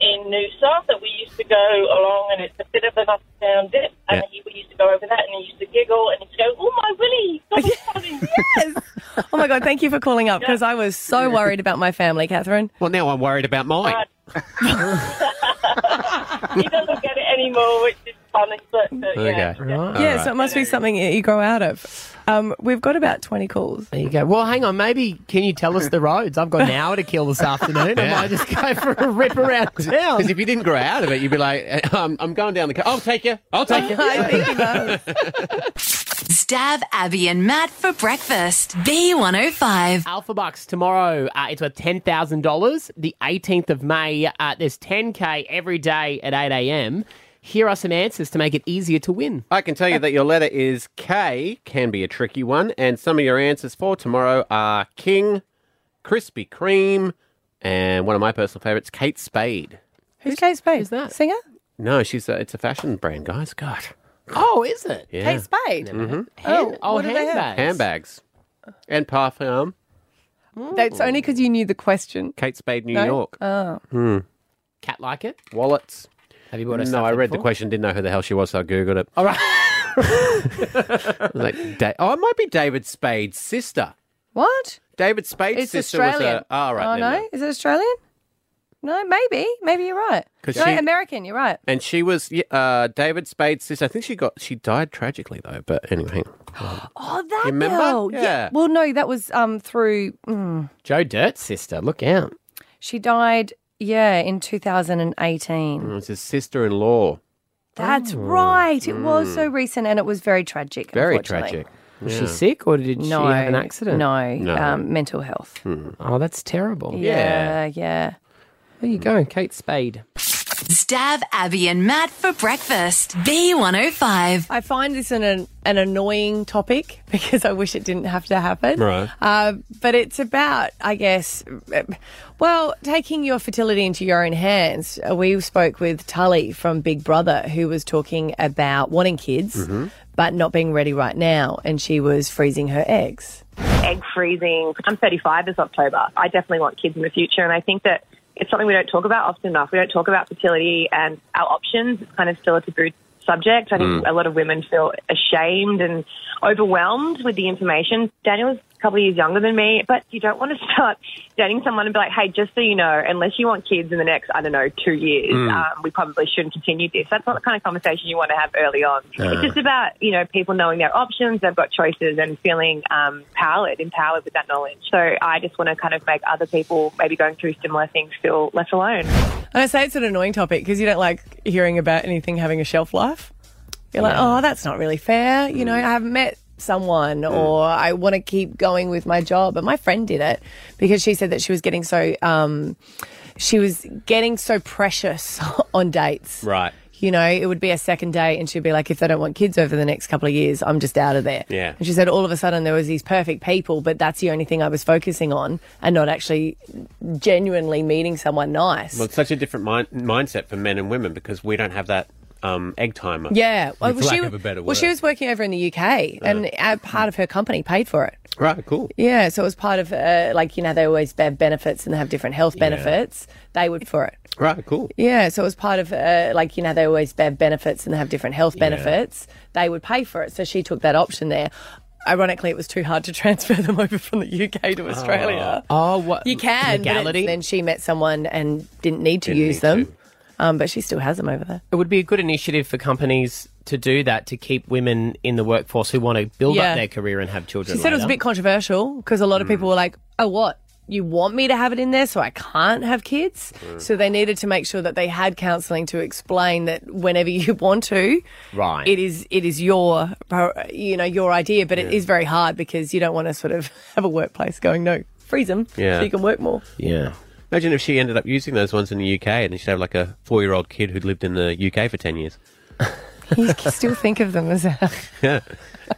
in Noosa that we used to go along, and it's a bit of an up and down dip. And he, we used to go over that, and he used to giggle, and he'd go, "Oh my willy!" God, it's funny."
Oh my God, thank you for calling up because I was so worried about my family, Catherine.
Well, now I'm worried about mine.
he doesn't get it anymore, which is funny. But uh, yeah,
Yeah, so it must be something that you grow out of. Um, we've got about 20 calls.
There you go. Well, hang on. Maybe can you tell us the roads? I've got an hour to kill this afternoon. I
Yeah.
might just go for a rip around town.
Because if you didn't grow out of it, you'd be like, eh, um, I'm going down the car. I'll take you. I'll take you.
Stab Abby and Matt for breakfast. B105.
Alpha Bucks tomorrow. Uh, it's worth ten thousand dollars. The eighteenth of May. Uh, there's ten k every day at eight a.m. Here are some answers to make it easier to win.
I can tell you that your letter is K, can be a tricky one, and some of your answers for tomorrow are King, Krispy Kreme, and one of my personal favorites, Kate Spade.
Who's Kate Spade? Who's that? Singer?
No, she's a, it's a fashion brand, guys. God.
Oh, is it?
Yeah.
Kate Spade?
Mhm.
Oh,
oh,
what do they have?
handbags.
Handbags. And parfum.
That's only because you knew the question.
Kate Spade, New
No?
York.
Oh.
Hmm.
Cat like it?
Wallets.
Have you bought her
No, I
something
read the
before?
question, didn't know who the hell she was, so I Googled it.
All right.
like, da- oh, it might be David Spade's sister.
What?
David Spade's
It's
sister
Australian.
was a. Oh,
oh,
right.
no? Is it Australian? No, maybe. Maybe you're right.
'Cause
No,
she-
American, you're right.
And she was yeah, uh, David Spade's sister. I think she got she died tragically though. But anyway, hang on.
Oh, that
remember?
girl.
Yeah.
Well, no, that was um through. Mm,
Joe Dirt's sister. Look out.
she died. Yeah, in 2018.
Mm, it's his sister-in-law.
That's right. It was
Oh, Mm.
so recent, and it was very tragic.
Very
unfortunately.
tragic.
Was
Yeah.
she sick or did she
No,
have an accident?
No, Um, mental health.
Oh, that's terrible.
Yeah, yeah.
There you go, Kate Spade.
Stab Abby and Matt for breakfast. B105.
I find this in an an annoying topic because I wish it didn't have to happen.
Right.
Uh, but it's about, I guess, uh, well, taking your fertility into your own hands. Uh, We spoke with Tully from Big Brother, who was talking about wanting kids,
Mhm.
but not being ready right now, and she was freezing her eggs.
egg freezing. I'm 35 this October. I definitely want kids in the future, and I think that it's something we don't talk about often enough. We don't talk about fertility and our options. It's kind of still a taboo subject. I think
Mm.
a lot of women feel ashamed and overwhelmed with the information. Daniel's a couple of years younger than me, but you don't want to start dating someone and be like, hey, just so you know, unless you want kids in the next, I don't know, two years,
Mm.
um, we probably shouldn't continue this. That's not the kind of conversation you want to have early on.
No.
It's just about you know people knowing their options, they've got choices, and feeling um, powered, empowered with that knowledge. So I just want to kind of make other people maybe going through similar things feel left alone.
And I say it's an annoying topic because you don't like hearing about anything having a shelf life. You're like, oh, that's not really fair. You
Mm.
know, I haven't met someone or I want to keep going with my job. But my friend did it because she said that she was getting so, um, she was getting so precious on dates.
Right.
You know, it would be a second date and she'd be like, if they don't want kids over the next couple of years, I'm just out of there.
Yeah.
And she said all of a sudden there was these perfect people, but that's the only thing I was focusing on and not actually genuinely meeting someone nice.
Well, it's such a different mind- mindset for men and women because we don't have that um, egg timer.
Yeah.
Oh,
Well,
Well,
lack
she,
of a better word.
well, she was working over in the UK, and uh, part of her company paid for it.
right. Cool.
Yeah, so it was part of uh, like you know they always have benefits and they have different health
Yeah.
benefits. They would for it.
Right. Cool.
Yeah, so it was part of uh, like you know they always have benefits and they have different health
Yeah.
benefits. They would pay for it, so she took that option there. Ironically, it was too hard to transfer them over from the UK to
Ah.
Australia.
Oh, what
You can, but
legality?
it's- then she met someone and didn't need to
Didn't
use
need
them, Um, but she still has them over there.
It would be a good initiative for companies to do that to keep women in the workforce who want to build
Yeah.
up their career and have children.
She said it was a
later.
bit controversial because a lot of people were like, oh, what? You want me to have it in there so I can't have kids?
Mm.
So they needed to make sure that they had counselling to explain that whenever you want to,
Right.
it is it is your pro- you know your idea, but it
Yeah.
is very hard because you don't want to sort of have a workplace going no freeze them
Yeah.
so you can work more.
Yeah. Imagine if she ended up using those ones in the UK and she'd have like a four year old kid who'd lived in the UK for 10 years.
You can still think of them as a
Yeah.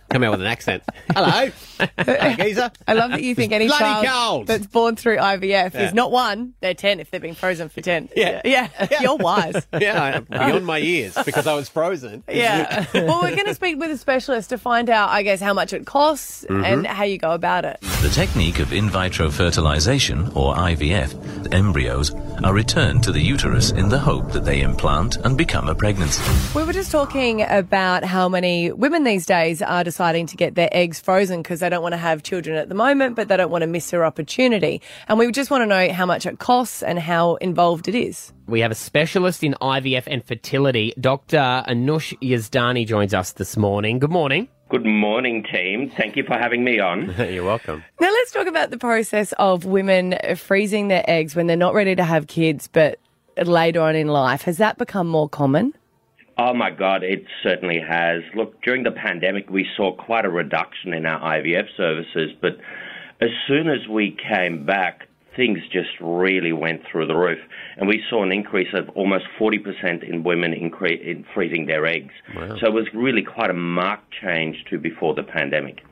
Come out with an accent. Hello. Hello, geezer.
I love that you
It's
think any
bloody
child
cold.
that's born through IVF
Yeah.
is not one; they're ten if they've been frozen for ten.
Yeah.
yeah, you're wise.
yeah, I- beyond my years because I was frozen.
Yeah. well, we're going to speak with a specialist to find out, I guess, how much it costs
Mhm.
and how you go about it.
The technique of in vitro fertilization, or IVF, embryos are returned to the uterus in the hope that they implant and become a pregnancy.
We were just talking about how many women these days are deciding to get their eggs frozen because they don't want to have children at the moment, but they don't want to miss their opportunity. And we just want to know how much it costs and how involved it is.
We have a specialist in IVF and fertility. Dr. Anush Yazdani joins us this morning. Good morning.
Good morning, team. Thank you for having me on. You're welcome.
Now, let's talk about the process of women freezing their eggs when they're not ready to have kids, but later on in life. Has that become more common?
Oh my God, it certainly has. Look, during the pandemic, we saw quite a reduction in our IVF services, but as soon as we came back, things just really went through the roof. And we saw an increase of almost 40% in women incre- in freezing their eggs. So it was really quite a marked change to before the pandemic.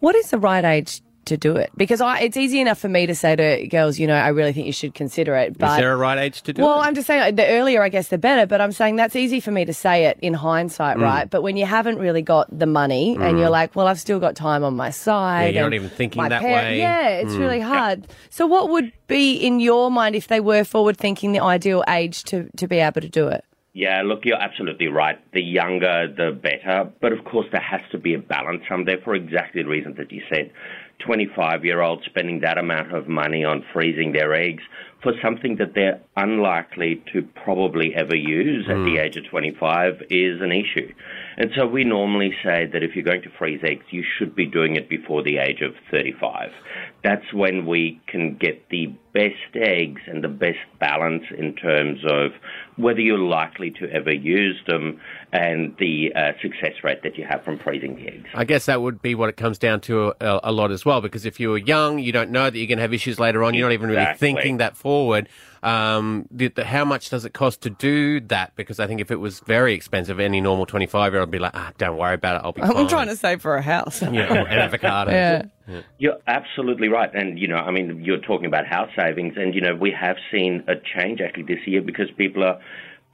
What is the right age to do it? Because I, it's easy enough for me to say to girls, you know, I really think you should consider it. But
Is there a right age to do
well,
it?
I'm just saying like, the earlier, I guess, the better. But I'm saying that's easy for me to say it in hindsight,
Mm.
right? But when you haven't really got the money and
Mm.
you're like, well, I've still got time on my
Yeah,
side.
you're
and
not even thinking
my
that
par-
way.
Yeah, it's
Mm.
really hard. So, what would be in your mind if they were forward thinking, the ideal age to, to be able to do it?
Yeah, look, you're absolutely right. The younger, the better. But of course, there has to be a balance from there for exactly the reasons that you said. 25 year olds spending that amount of money on freezing their eggs for something that they're unlikely to probably ever use at the age of 25 is an issue. And so we normally say that if you're going to freeze eggs, you should be doing it before the age of 35. That's when we can get the best eggs and the best balance in terms of whether you're likely to ever use them and the uh, success rate that you have from freezing the eggs.
I guess that would be what it comes down to uh, a, a lot as well, because if you were young, you don't know that you're going to have issues later on. You're not even really
Exactly.
thinking that forward. Um, the, the, how much does it cost to do that? Because I think if it was very expensive, any normal 25 year old would be like, ah, don't worry about it. I'll be
Uh,
I'm
fine.
trying to save for a house.
Yeah, an avocado.
Yeah.
You're absolutely right. And, you know, I mean, you're talking about house savings, and, you know, we have seen a change actually this year because people are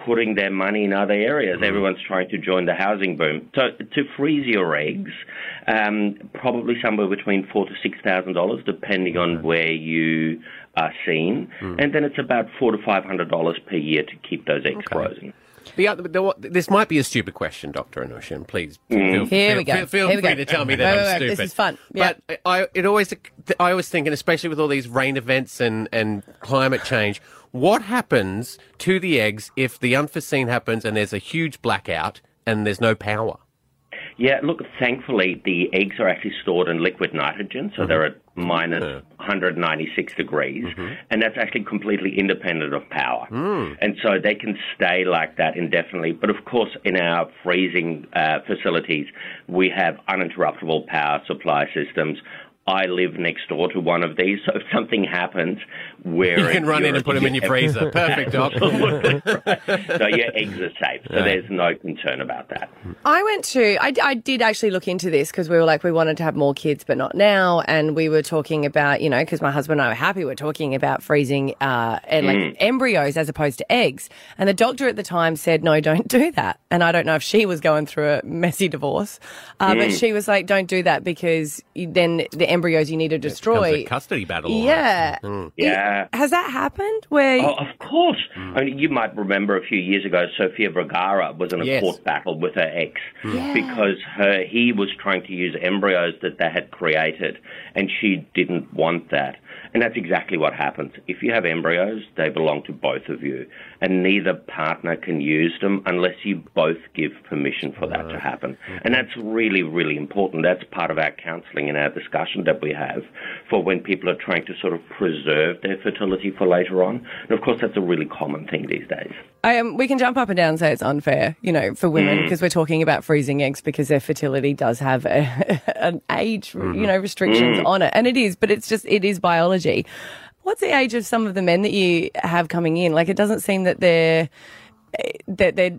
putting their money in other areas. Everyone's trying to join the housing boom. So to freeze your eggs, um, probably somewhere between four to six thousand dollars, depending on where you are seen, and then it's about four to five hundred dollars per year to keep those eggs frozen.
The other, the, what- this might be a stupid question, Dr. Anushin. Please
Mm.
feel,
Here
feel-
we go.
feel- feel
Here we
free
go.
to tell me
Wait,
that
wait,
I'm
wait.
stupid.
This is fun. Yeah.
But I, I- it always, I was thinking, especially with all these rain events and, and climate change, what happens to the eggs if the unforeseen happens and there's a huge blackout and there's no power?
Yeah, look, thankfully, the eggs are actually stored in liquid nitrogen, so they're at
Mm-hmm.
minus 196 degrees, and that's actually completely independent of power.
Hmm.
And so they can stay like that indefinitely. But of course, in our freezing uh, facilities, we have uninterruptible power supply systems. I live next door to one of these, so if something happens, where
You can run in and put 'em in your freezer. Perfect, Doc.
so your eggs are safe. So
Yeah.
there's no concern about that.
I went to, I, I did actually look into this because we were like, we wanted to have more kids, but not now. And we were talking about, you know, because my husband and I were happy, we're talking about freezing uh, and like
Mm.
embryos as opposed to eggs. And the doctor at the time said, no, don't do that. And I don't know if she was going through a messy divorce, uh, but
Mm.
she was like, don't do that because you, then the embryos you need to
Becomes
destroy.
a custody battle. all
Yeah.
right. Mm.
Yeah.
Has that happened? Where
Oh, of course. I mean, you might remember a few years ago, Sofia Vergara was in a
Yes.
court battle with her ex
Mm. Yeah.
because her he was trying to use embryos that they had created, and she didn't want that. And that's exactly what happens. If you have embryos, they belong to both of you, and neither partner can use them unless you both give permission for that to happen. And that's really, really important. That's part of our counselling and our discussion that we have for when people are trying to sort of preserve their fertility for later on. And of course, that's a really common thing these days.
Um, we can jump up and down and say it's unfair, you know, for women
Mm.
because we're talking about freezing eggs because their fertility does have a, an age,
Mm-hmm.
you know, restrictions
Mm.
on it, and it is. But it's just it is biology. What's the age of some of the men that you have coming in? Like, it doesn't seem that they're eh, that they're,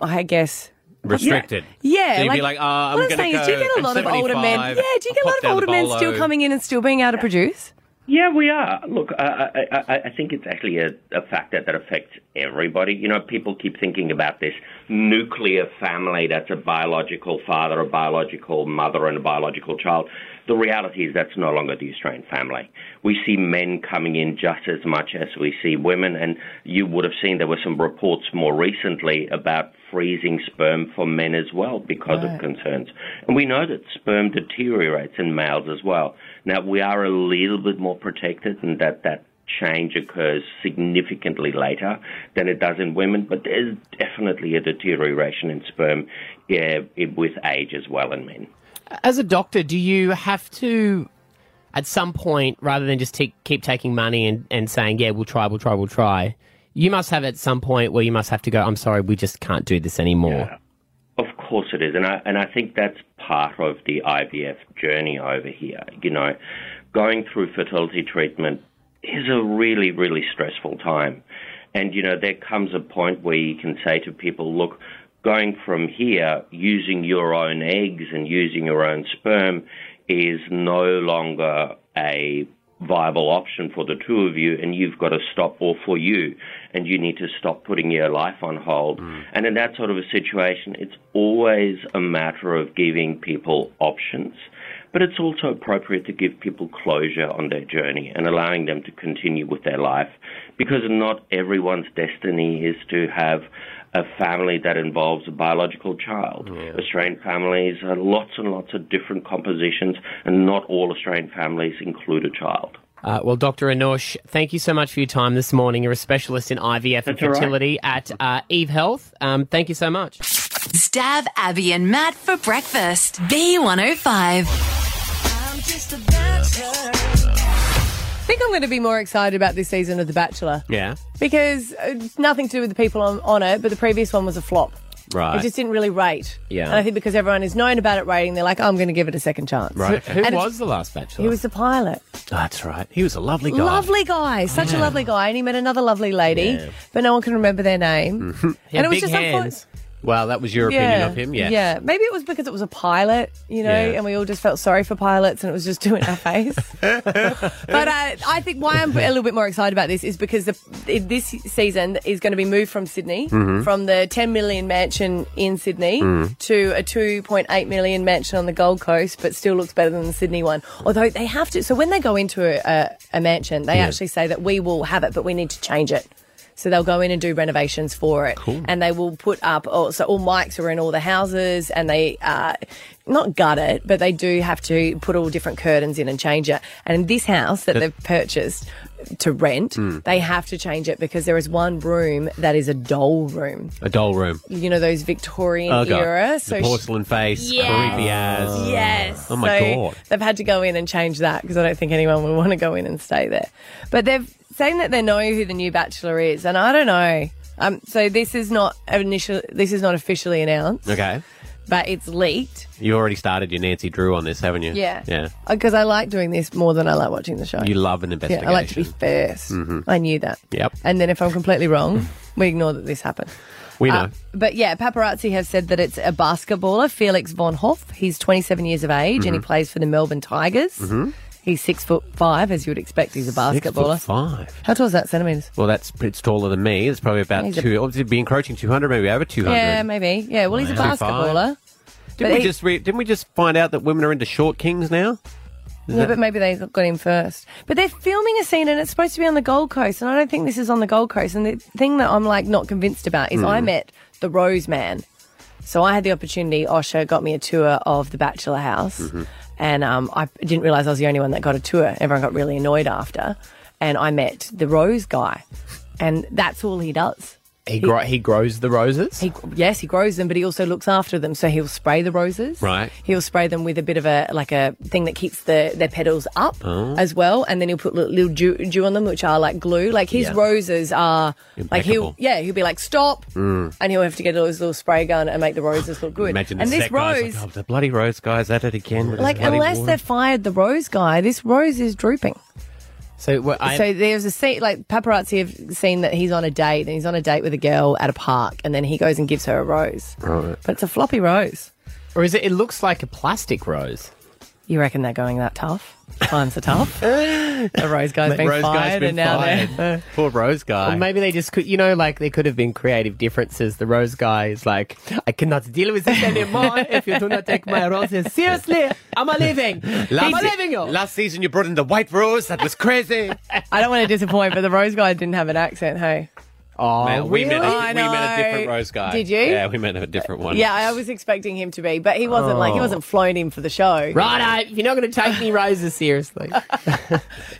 I guess.
Restricted.
Yeah,
So you'd
like,
be like, uh, I'm
what I'm
gonna
saying is, do you
go-
get a
I'm
lot of older men?
75,
Yeah, do you get a
I'll
lot
pop
of
down
older
the
men still
bolo.
coming in and still being able to produce?
Yeah, we are. Uh, Look, I, I- I, I think it's actually a, a factor that affects everybody. You know, people keep thinking about this nuclear family that's a biological father, a biological mother, and a biological child. The reality is that's no longer the Australian family. We see men coming in just as much as we see women, and you would have seen there were some reports more recently about freezing sperm for men as well because
Right.
of concerns. And we know that sperm deteriorates in males as well. Now, we are a little bit more protected and that that change occurs significantly later than it does in women, but there's definitely a deterioration in sperm yeah, i- with age as well in men.
As a doctor, do you have to, at some point, rather than just t- keep taking money and, and saying, yeah, we'll try, we'll try, we'll try, you must have at some point where you must have to go, I'm sorry, we just can't do this anymore.
Of course it is, and I and I think that's part of the IVF journey over here. You know, going through fertility treatment is a really really stressful time, and you know there comes a point where you can say to people, look, going from here using your own eggs and using your own sperm is no longer a viable option for the two of you and you've got to stop or for you and you need to stop putting your life on hold and in that sort of a situation it's always a matter of giving people options but it's also appropriate to give people closure on their journey and allowing them to continue with their life because not everyone's destiny is to have a family that involves a biological child. Australian families are lots and lots of different compositions, and not all Australian families include a child.
Uh, well, Dr. Anush, thank you so much for your time this morning. You're a specialist in IVF and
That's all right.
fertility at uh, Eve Health. Um, thank you so much.
Stab Abby and Matt for breakfast. B105.
I think I'm going to be more excited about this season of The Bachelor.
Yeah.
Because uh, it's nothing to do with the people on, on it, but the previous one was a flop.
Right.
It just didn't really rate.
Yeah.
And I think because everyone is known about it rating, they're like, I'm going to give it a second chance.
Right.
And it's-
the last bachelor?
He was the pilot.
That's right. He was a lovely guy.
Lovely guy, such a
Yeah.
lovely guy, and he met another lovely lady,
Yeah.
but no one can remember their name.
Mhm.
He had And it was big just unfor- hands.
Well, that was your opinion of him, yeah.
Yeah, maybe it was because it was a pilot, you know,
Yeah.
and we all just felt sorry for pilots, and it was just doing our face. but uh, I think why I'm a little bit more excited about this is because the, it- this season is going to be moved from Sydney,
Mm-hmm.
Mhm.
from the 10 million mansion in Sydney
Mm.
to a 2.8 million mansion on the Gold Coast, but still looks better than the Sydney one. Although they have to, so when they go into a, a, a mansion, they
Yeah.
actually say that we will have it, but we need to change it. So they'll go in and do renovations for it,
Cool.
and they will put up. all so all mics are in all the houses, and they uh, not gut it, but they do have to put all different curtains in and change it. And in this house that
That-
they've purchased to rent,
Mm.
they have to change it because there is one room that is a doll room.
A doll room.
You know those Victorian
Oh, God.
era,
The porcelain face,
Yes.
creepy as.
Yes.
Oh, my
So
God.
They've had to go in and change that because I don't think anyone would want to go in and stay there. But they've saying that they know who the new bachelor is, and I don't know. Um, so this is not initial. This is not officially announced,
Okay.
but it's leaked
You already started your Nancy Drew on this, haven't you?
Yeah.
Yeah.
because I like doing this more than I like watching the show.
You love an
Yeah,
investigation.
I like to be first.
Mhm.
I knew that.
Yep.
And then if I'm completely wrong, we ignore that this happened.
We know.
Uh, but yeah, paparazzi have said that it's a basketballer, Felix von Hoff. He's 27 years of age and he
Mm-hmm.
Mhm.
plays for the Melbourne Tigers.
Mhm.
He's six foot five, as you would expect. He's a
Six foot
basketballer.
five.
How tall is that centimeters?
Well, that's it's taller than me. It's probably about
He's a-
two. oh, it'd be encroaching two hundred, maybe over two hundred.
Yeah, maybe. Yeah, well, he's a
Wow. Two five.
basketballer.
Didn't
But
we
he-
just re- didn't we just find out that women are into short kings now? Is
yeah,
that-
but maybe they got him first. But they're filming a scene and it's supposed to be on the Gold Coast, and I don't think this is on the Gold Coast. And the thing that I'm like not convinced about is I
Hmm.
met the Rose Man, so I had the opportunity. Osher got me a tour of the Bachelor House,
Mm-hmm.
Mm-hmm.
and um, I didn't realize I was the only one that got a tour. Everyone got really annoyed after, and I met the Rose guy, and that's all he does.
He, gro- he grows the roses.
He, yes, he grows them, but he also looks after them. So he'll spray the roses.
Right.
He'll spray them with a bit of a like a thing that keeps the their petals up
Mm-hmm.
Oh.
as well, and then he'll put little, little dew, dew on them, which are like glue. Like his
Yeah.
roses are like he'll
Impeccable.
yeah he'll be like stop,
Mm.
and he'll have to get all his little spray gun and make the roses look good.
Imagine
and
the
this
set guy's
rose,
Like, oh, the bloody rose guy's at it again. with his
like,
bloody
unless
wand."
they fired the rose guy, this rose is drooping.
So well, I,
so there's a scene like paparazzi have seen that he's on a date and he's on a date with a girl at a park, and then he goes and gives her a rose.
Right.
But it's a floppy rose.
Or is it? It looks like a plastic rose.
You reckon they're going that tough? Times are tough. the rose guy's
That
been
rose guy's
fired,
been
and now
fired.
they're.
Poor rose guy.
Or maybe they just could, you know, like there could have been creative differences. The rose guy is like, I cannot deal with this anymore. if you do not take my roses seriously, I'm a leaving. I'm a
se-
leaving you.
last season you brought in the white rose. That was crazy.
I don't want to disappoint, but the rose guy didn't have an accent. Hey.
oh,
Man, we met
really?
a, we met a
I
different
know.
rose guy.
Did you?
Yeah, we met a different one.
Yeah, I was expecting him to be, but he wasn't. Like he
Oh.
wasn't flown in for the show.
Righto, if you're not going to take me roses seriously.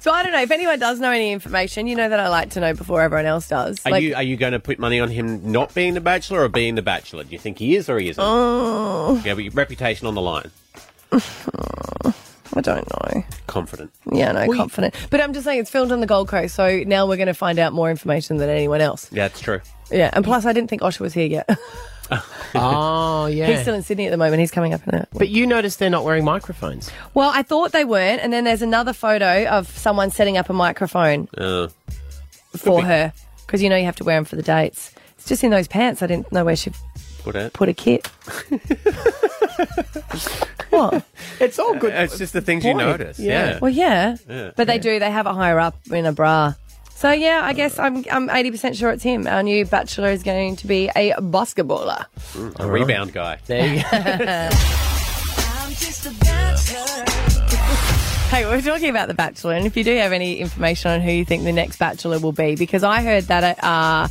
So I don't know if anyone does know any information. You know that I like to know before everyone else does.
Are
like,
you are you going to put money on him not being the bachelor or being the bachelor? Do you think he is or he isn't?
oh,
Yeah, but your reputation on the line.
I don't know.
Confident.
Yeah, no, confident. But I'm just saying it's filmed on the Gold Coast, so now we're going to find out more information than anyone else.
Yeah, it's true.
Yeah, and plus I didn't think Osher was here yet.
oh, yeah.
He's still in Sydney at the moment. He's coming up in a
but you noticed they're not wearing microphones.
Well, I thought they weren't, and then there's another photo of someone setting up a microphone
Uh,
for her because you know you have to wear them for the dates. It's just in those pants. I didn't know where she
put it.
put a kit. what?
It's all
good. It's just the things you
Point.
notice. Yeah.
Well, yeah,
Yeah.
but they do. They have it higher up in a bra. So yeah, I guess I'm I'm 80% sure it's him. Our new bachelor is going to be a basketballer.
Mm, a rebound guy.
There you
Hey, we we're talking about The Bachelor, and if you do have any information on who you think the next Bachelor will be, because I heard that uh,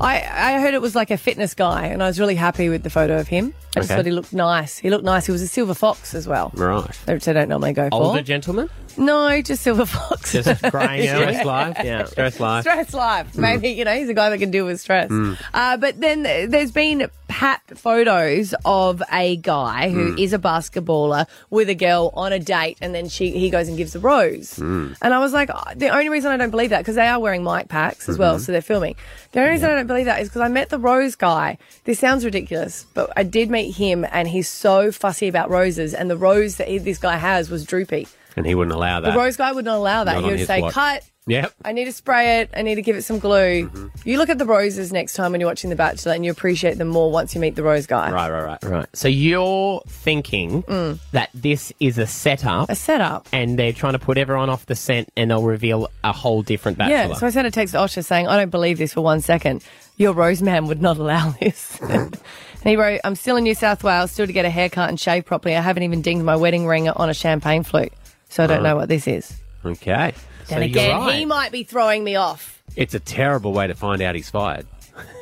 I I heard it was like a fitness guy, and I was really happy with the photo of him. I just
Okay.
thought he looked nice. He looked nice. He was a silver fox as well,
Right.
which I don't normally go for.
Older gentleman?
no, just silver fox.
Just graying out.
Yeah.
Stress life? Yeah.
Stress life.
Stress life. Maybe you know he's a guy that can deal with stress.
Mm.
Uh, but then there's been pat photos of a guy who is
Hmm.
a basketballer with a girl on a date, and then she he goes and gives a rose. And I was like, oh, the only reason I don't believe that, because they are wearing mic packs as well,
Mhm.
so they're filming. The only reason I don't believe that is because I met the rose guy. This sounds ridiculous, but I did meet him, and he's so fussy about roses, and the rose that he, this guy has was droopy.
And he wouldn't allow that.
The rose guy would not allow that.
Not on
he would
his
say,
watch.
cut.
Yep.
I need to spray it. I need to give it some glue.
Mm-hmm.
You look at the roses next time when you're watching The Bachelor and you appreciate them more once you meet the rose guy.
Right, right, right. Right. So you're thinking
Mm.
that this is a setup. A
setup.
And they're trying to put everyone off the scent and they'll reveal a whole different bachelor.
Yeah, so I sent a text to Osha saying, I don't believe this for one second. Your rose man would not allow this. and he wrote, I'm still in New South Wales, still to get a haircut and shave properly. I haven't even dinged my wedding ring on a champagne flute. So I don't
Oh.
know what this is.
Okay. so
Then
you're
again,
right.
he might be throwing me off.
It's a terrible way to find out he's fired.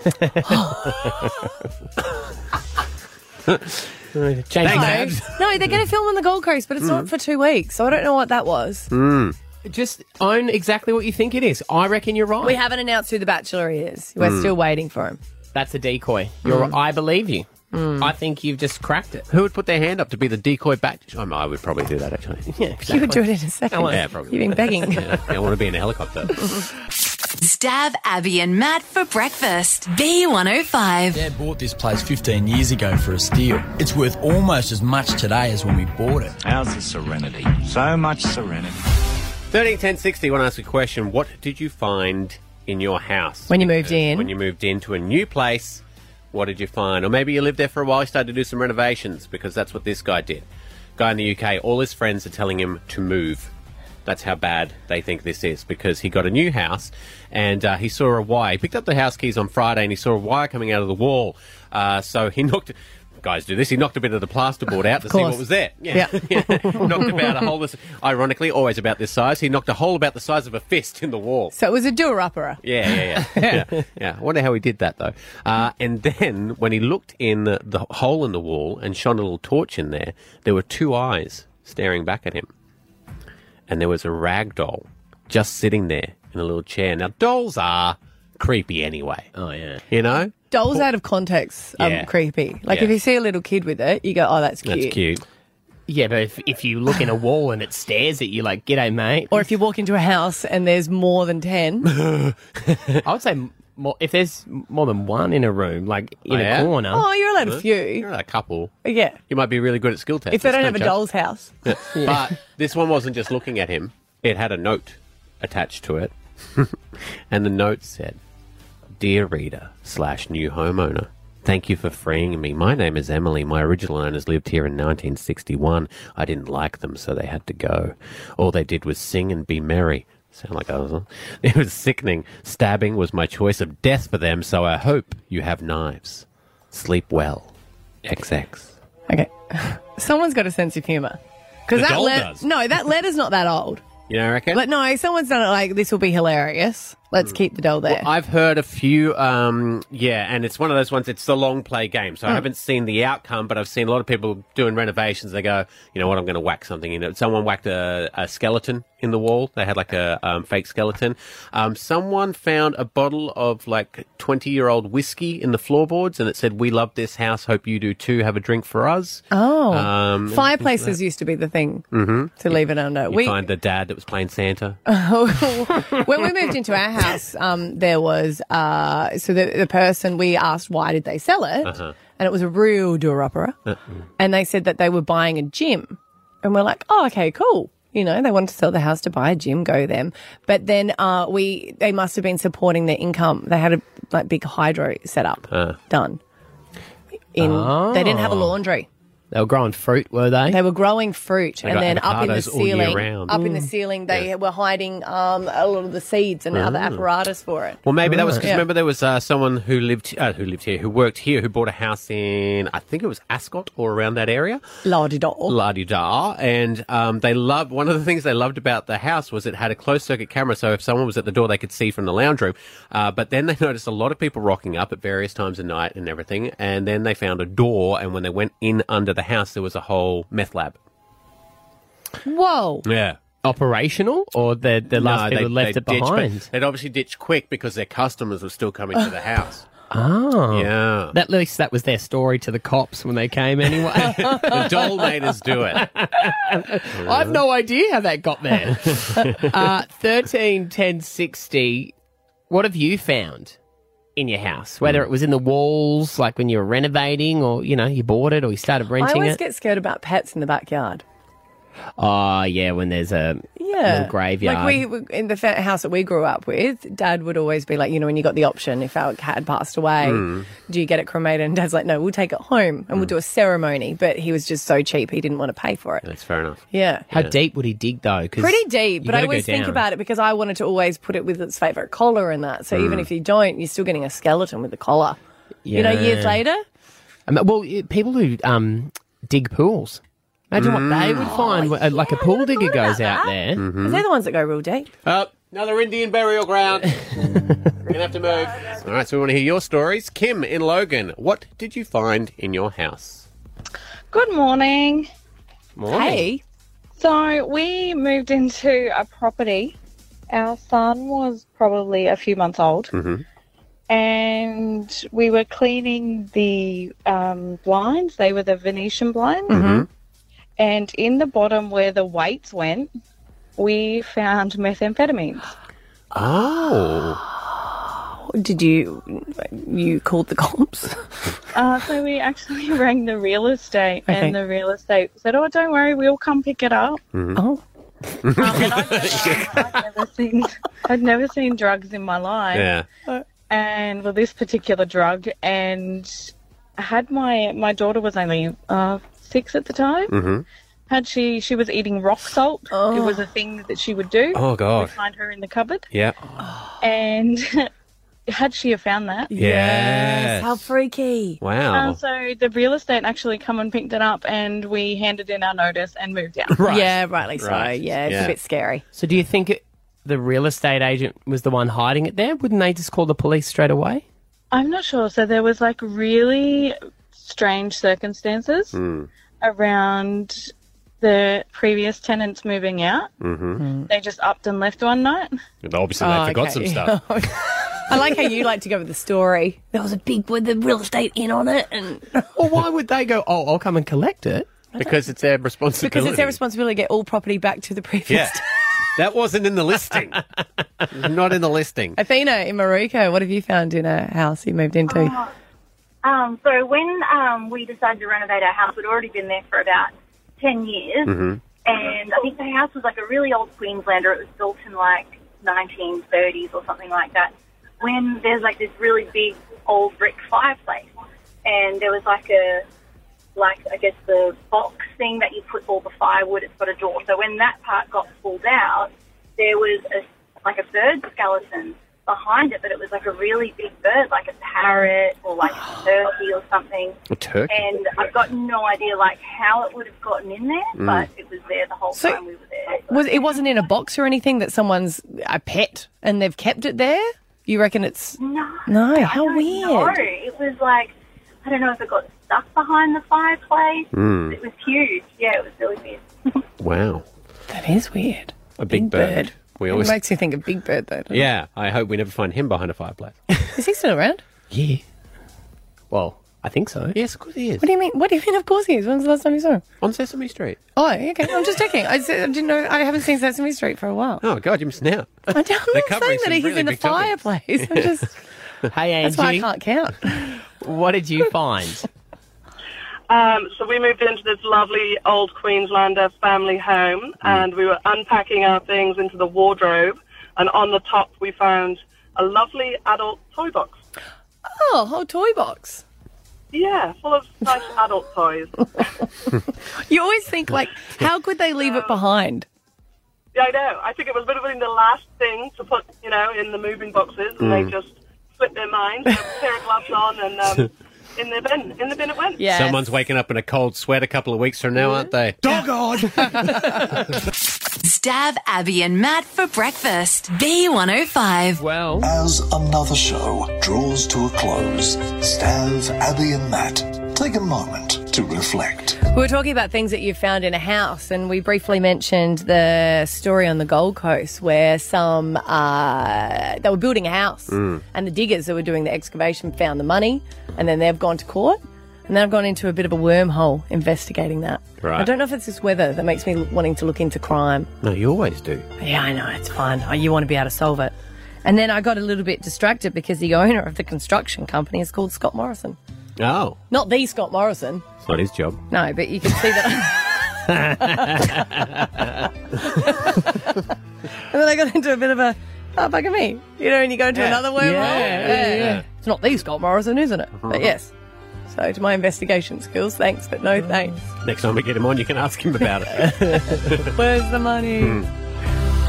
Thanks, Mm-hmm. Abs.
No, they're going to film on the Gold Coast, but it's not for two weeks. So I don't know what that was.
Mm.
Just own exactly what you think it is. I reckon you're right.
We haven't announced who the bachelor he is. We're
Hmm.
Mm.
still waiting for him.
That's a decoy. You're.
Mm.
I believe you. I think you've just cracked it.
Who would put their hand up to be the decoy back? I, mean, I would probably do that actually.
Yeah,
You would do it in a second.
Yeah, probably.
You've been begging.
Yeah, I want to be in a helicopter.
Stab Abby and Matt for breakfast. B105.
Dad bought this place 15 years ago for a steal. It's worth almost as much today as when we bought it. Ours is serenity. So much serenity.
Thirteen ten sixty. Want to ask a question? What did you find in your house
When you moved in.
When you moved into a new place, what did you find? Or maybe you lived there for a while. You started to do some renovations because that's what this guy did. Guy in the UK. All his friends are telling him to move. That's how bad they think this is because he got a new house and uh, he saw a wire. He picked up the house keys on Friday and he saw a wire coming out of the wall. Uh, so he knocked. Guys do this. He knocked a bit of the plasterboard out to see what
course.
was there. knocked about a hole. This, ironically, always about this size. He knocked a hole about the size of a fist in the wall.
So it was a doer-upper.
Yeah, yeah, yeah. yeah, yeah. I wonder how he did that though. Uh, and then when he looked in the, the hole in the wall and shone a little torch in there, there were two eyes staring back at him, and there was a rag doll just sitting there in a little chair. Now dolls are creepy anyway. Oh yeah, you know
Dolls out of context um,
Yeah.
creepy. Like
Yeah.
if you see a little kid with it, you go, oh, that's cute.
Yeah, but if, if you look in a wall and it stares at you like, g'day, mate.
Or if you walk into a house and there's more than 10.
I would say more, if there's more than one in a room, like in
Oh, yeah?
a corner.
Oh, you're allowed a few.
You're allowed a couple.
yeah.
You might be really good at skill tests.
if they
that's
don't
no
have a
joke.
doll's house.
Yeah. But this one wasn't just looking at him, it had a note attached to it. and the note said, Dear reader slash new homeowner, thank you for freeing me. My name is Emily. My original owners lived here in 1961. I didn't like them, so they had to go. All they did was sing and be merry. Sound like I was on? It was sickening. Stabbing was my choice of death for them, so I hope you have knives. Sleep well. XX.
Okay. Someone's got a sense of humour.
The
that
doll
let-
does.
No, that letter's not that old.
You know, I reckon?
But no, someone's done it like, this will be hilarious. Let's
Hmm.
keep the doll there.
Well, I've heard a few, um, yeah, and it's one of those ones. It's the long play game, so I
Mm.
haven't seen the outcome, but I've seen a lot of people doing renovations. They go, you know what, I'm going to whack something in it. Someone whacked a, a skeleton in the wall. They had like a um, fake skeleton. Um, someone found a bottle of like 20 year old whiskey in the floorboards, and it said, "We love this house. Hope you do too. Have a drink for us."
oh.
Um,
Fireplaces used to be the thing
hmm
to leave it under.
You
we
find the dad that was playing Santa.
when we moved into our house, um, there was uh, so the, the person we asked why did they sell it,
Uh-huh.
and it was a real door opera,
Uh-huh.
and they said that they were buying a gym, and we're like, oh, okay, cool. You know, they wanted to sell the house to buy a gym, go them. But then uh, we they must have been supporting their income. They had a like big hydro set up
Uh.
done. In they didn't have a
Oh.
laundry.
They were growing fruit, were they?
They were growing fruit,
They
and
got
then up in the
avocados all year
ceiling,
round.
up in the
Mm.
ceiling, they were hiding um, a lot of the seeds and other
Mm.
apparatus for it.
Well, maybe that was because
Yeah.
remember there was uh, someone who lived uh, who lived here who worked here who bought a house in I think it was Ascot or around that area.
La di da,
la di da, and um, they loved one of the things they loved about the house was it had a closed circuit camera, so if someone was at the door, they could see from the lounge room. Uh, but then they noticed a lot of people rocking up at various times of night and everything, and then they found a door, and when they went in under the house, there was a whole meth lab.
Whoa.
Yeah.
Operational, or the the last people left it
ditched, but
behind.
they'd obviously ditched quick because their customers were still coming to the house.
Oh.
Yeah.
That, at least that was their story to the cops when they came anyway.
the doll made us do it.
I've no idea how that got there. uh, 13, 10, 60, what have you found in your
Hmm.
house? Whether it was in the walls, like when you were renovating, or, you know, you bought it or you started
I
renting
always
it?
get scared about pets in the backyard.
Oh, yeah, when there's a
Yeah,
little graveyard.
Like we- we in the fa- house that we grew up with, Dad would always be like, you know, when you got the option, if our cat had passed away,
Hmm,
Mm.
do you get it cremated? And Dad's like, no, we'll take it home and we'll do a ceremony. But he was just so cheap, he didn't want to pay for it.
That's fair enough.
Yeah.
How deep would he dig, though? 'Cause
Pretty deep,
you
but I
gotta go
always think
down.
about it because I wanted to always put it with its favorite collar and that. So even
Mm.
if you don't, you're still getting a skeleton with the collar. You know, years
Yeah.
later.
I mean, Um, well, i- people who um, dig pools. Imagine what they would
Mm.
find,
Oh,
when- like a pool digger goes out there.
Mm-hmm.
They're the ones that go real deep.
Up. Oh, Another Indian burial ground. We're going to have to move. All right, so we want to hear your stories. Kim in Logan, what did you find in your house?
Good morning.
Morning.
So we moved into a property. Our son was probably a few months old,
Mm-hmm.
and we were cleaning the um, blinds. They were the Venetian blinds,
Mm-hmm.
Mm-hmm.
and in the bottom where the weights went, we found methamphetamines.
Oh.
Did you you called the cops?
Uh, so we actually rang the real estate,
Okay.
and the real estate said, "Oh, don't worry, we'll come pick it up."
Mm-hmm.
Oh.
Um,
never seen I'd never seen drugs in my life.
Yeah.
And well, this particular drug, and I had my my daughter was only uh, six at the time.
Mm-hmm.
Had she she was eating rock salt. It was a thing that she would do.
Oh, God.
We'd find her in the cupboard,
Yeah.
and had she have found that?
Yes. How
freaky!
Wow.
Uh, so the real estate actually come and picked it up, and we handed in our notice and moved out.
Yeah, rightly so. Yeah, it's a bit scary.
So, do you think it, the real estate agent was the one hiding it there? Wouldn't they just call the police straight away?
I'm not sure. So there was like really strange circumstances
Hmm.
Hmm.
around the previous tenants moving out.
Mm-hmm.
They just upped and left one night.
Obviously,
Mm. Oh,
they forgot
okay.
some stuff.
I like how you like to go with the story. There was a big with the real estate in on it, and
Well, why would they go, oh, I'll come and collect it?
Because it's their
because
responsibility.
it's their responsibility to get all property back to the previous.
yeah. that wasn't in the listing. Not in the listing.
Athena in Morocco, what have you found in a house you moved into?
Ah, Uh, Um, so when um, we decided to renovate our house, we'd already been there for about 10 years.
Mm-hmm.
Mhm.
And I think the house was like a really old Queenslander. It was built in like 1930s or something like that. When there's like this really big old brick fireplace. And there was like a, like I guess the box thing that you put all the firewood, it's got a door. So when that part got pulled out, there was a, like a bird skeleton behind it, but it was like a really big bird, like a parrot or like a turkey or something.
A turkey?
And I've got no idea like how it would have gotten in there,
Mm.
but it was there the whole
So-
time we were there.
Was it wasn't in a box or anything that someone's a pet and they've kept it there? You reckon it's
No.
no? How
No,
weird.
it was like I don't know if it got stuck behind the fireplace.
Mm.
It was huge. Yeah, it was really weird.
Wow.
That is weird.
A big, bird. We always.
It makes you think of Big Bird though.
yeah, I hope we never find him behind a fireplace.
Is he still around?
Yeah. Well, I think so.
Yes, of course he is.
What do you mean? What do you mean? Of course he is. When was the last time you saw him?
On Sesame Street.
Oh, okay. I'm just checking. I, said- I didn't know. I haven't seen Sesame Street for a while.
Oh, God, you missed now.
I don't, I'm
They're
not
covering
saying
some
that he's
really
in the
big topics.
fireplace. I'm just.
Hey,
That's
Angie.
why I can't count.
What did you find?
Um, so we moved into this lovely old Queenslander family home, and we were unpacking our things into the wardrobe, and on the top we found a lovely adult toy box.
Oh, a whole toy box.
Yeah, full of nice adult toys.
You always think like, how could they leave it behind?
Yeah, I know. I think it was literally the last thing to put, you know, in the moving boxes, and
Mm.
they just slipped their minds, put a pair of gloves on, and um, in the bin, in the bin it went.
Someone's waking up in a cold sweat a couple of weeks from now, aren't they? Dog on!
Stab Abby and Matt for breakfast. B105.
Well,
As another show draws to a close, Stav, Abby, and Matt take a moment to reflect.
We were talking about things that you found in a house, and we briefly mentioned the story on the Gold Coast where some uh, they were building a house,
Mm.
and the diggers that were doing the excavation found the money, and then they've gone to court, and they've gone into a bit of a wormhole investigating that.
Right.
I don't know if it's this weather that makes me wanting to look into crime.
No, you always do.
Yeah, I know, it's fine. Oh, You want to be able to solve it. And then I got a little bit distracted because the owner of the construction company is called Scott Morrison.
Oh,
Not the Scott Morrison.
it's not his job.
No, but you can see that. and then I got into a bit of a, oh, bugger me. You know, and you go into
Yeah.
another wormhole.
Yeah, yeah, yeah.
It's not the Scott Morrison, isn't it? But yes. So to my investigation skills, thanks, but no thanks.
Next time we get him on, you can ask him about it.
Where's the money?
Hmm.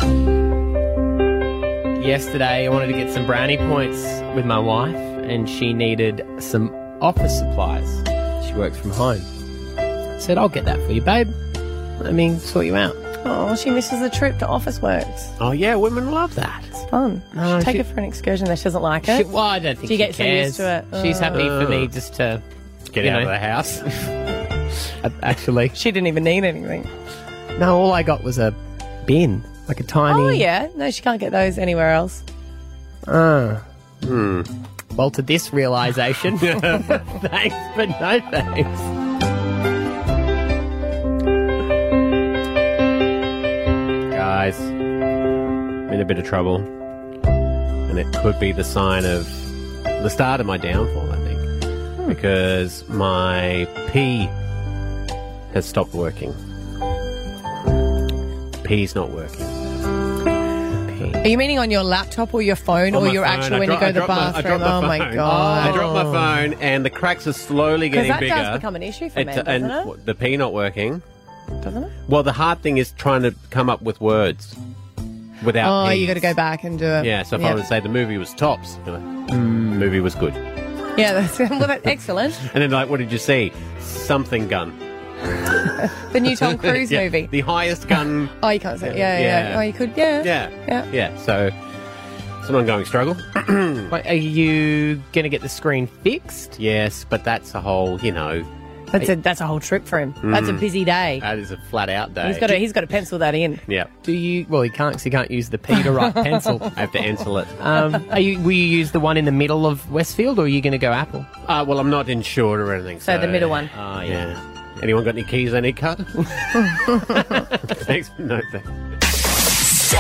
Hmm. Yesterday, I wanted to get some brownie points with my wife, and she needed some office supplies. She works from home. I said, I'll get that for you, babe. Let me sort you out.
Oh, she misses the trip to Office Works.
Oh, yeah, women love that. Oh,
It's fun.
No,
Should take
she-
her for an excursion there. She doesn't like it.
She, well, I don't think
Do you
she
get so
cares.
used to it.
She's
Oh.
happy for me just to
Get
you
out
know.
of the house.
Actually,
she didn't even need anything.
No, all I got was a bin, like a tiny.
Oh, yeah. No, she can't get those anywhere else.
Ah. Well, to this realization, thanks, but no thanks.
Guys, I'm in a bit of trouble. And it could be the sign of the start of my downfall, I think.
Hmm.
Because my P has stopped working. P's not working.
Are you meaning on your laptop or your phone
On
or
my
your
phone,
actual
I
when
dro-
you go
I
to the
dropped my- I
bathroom?
dropped
oh my
phone.
god!
I dropped my phone, and the cracks are slowly
Because
getting
that
bigger.
does become an issue for me, doesn't
and
it?
w- the P not working.
Doesn't it?
Well, the hard thing is trying to come up with words
Oh,
without. P.
you got to go back and do it.
Yeah, so if I
yeah.
were to say the movie was tops, you know, "Mm, movie was good.
yeah, that's well, that's excellent.
And then, like, what did you see? Something gun.
The new Tom Cruise
Yeah,
movie.
The highest gun.
Oh, you can't say. Yeah, yeah.
Yeah.
Oh, you could. Yeah.
Yeah.
Yeah.
Yeah, so it's an ongoing struggle.
Wait, are you going to get the screen fixed?
Yes, but that's a whole, you know.
That's a that's a whole trip for him. That's a
Mm.
busy day.
That is a flat out day.
He's got to he's got to pencil that in.
Yeah.
Do you? Well, you can't. 'cause you can't use the P to write pencil.
I have to ensel it.
Um, are you? Will you use the one in the middle of Westfield, or are you going to go Apple?
Uh, well, I'm not insured or anything.
So
So,
the middle one.
Oh, yeah. Anyone got any keys they need cut? Thanks for no thanks.
oh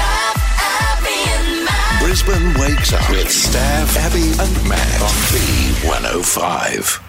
Brisbane wakes up with Staff, Abby, and Matt on B105.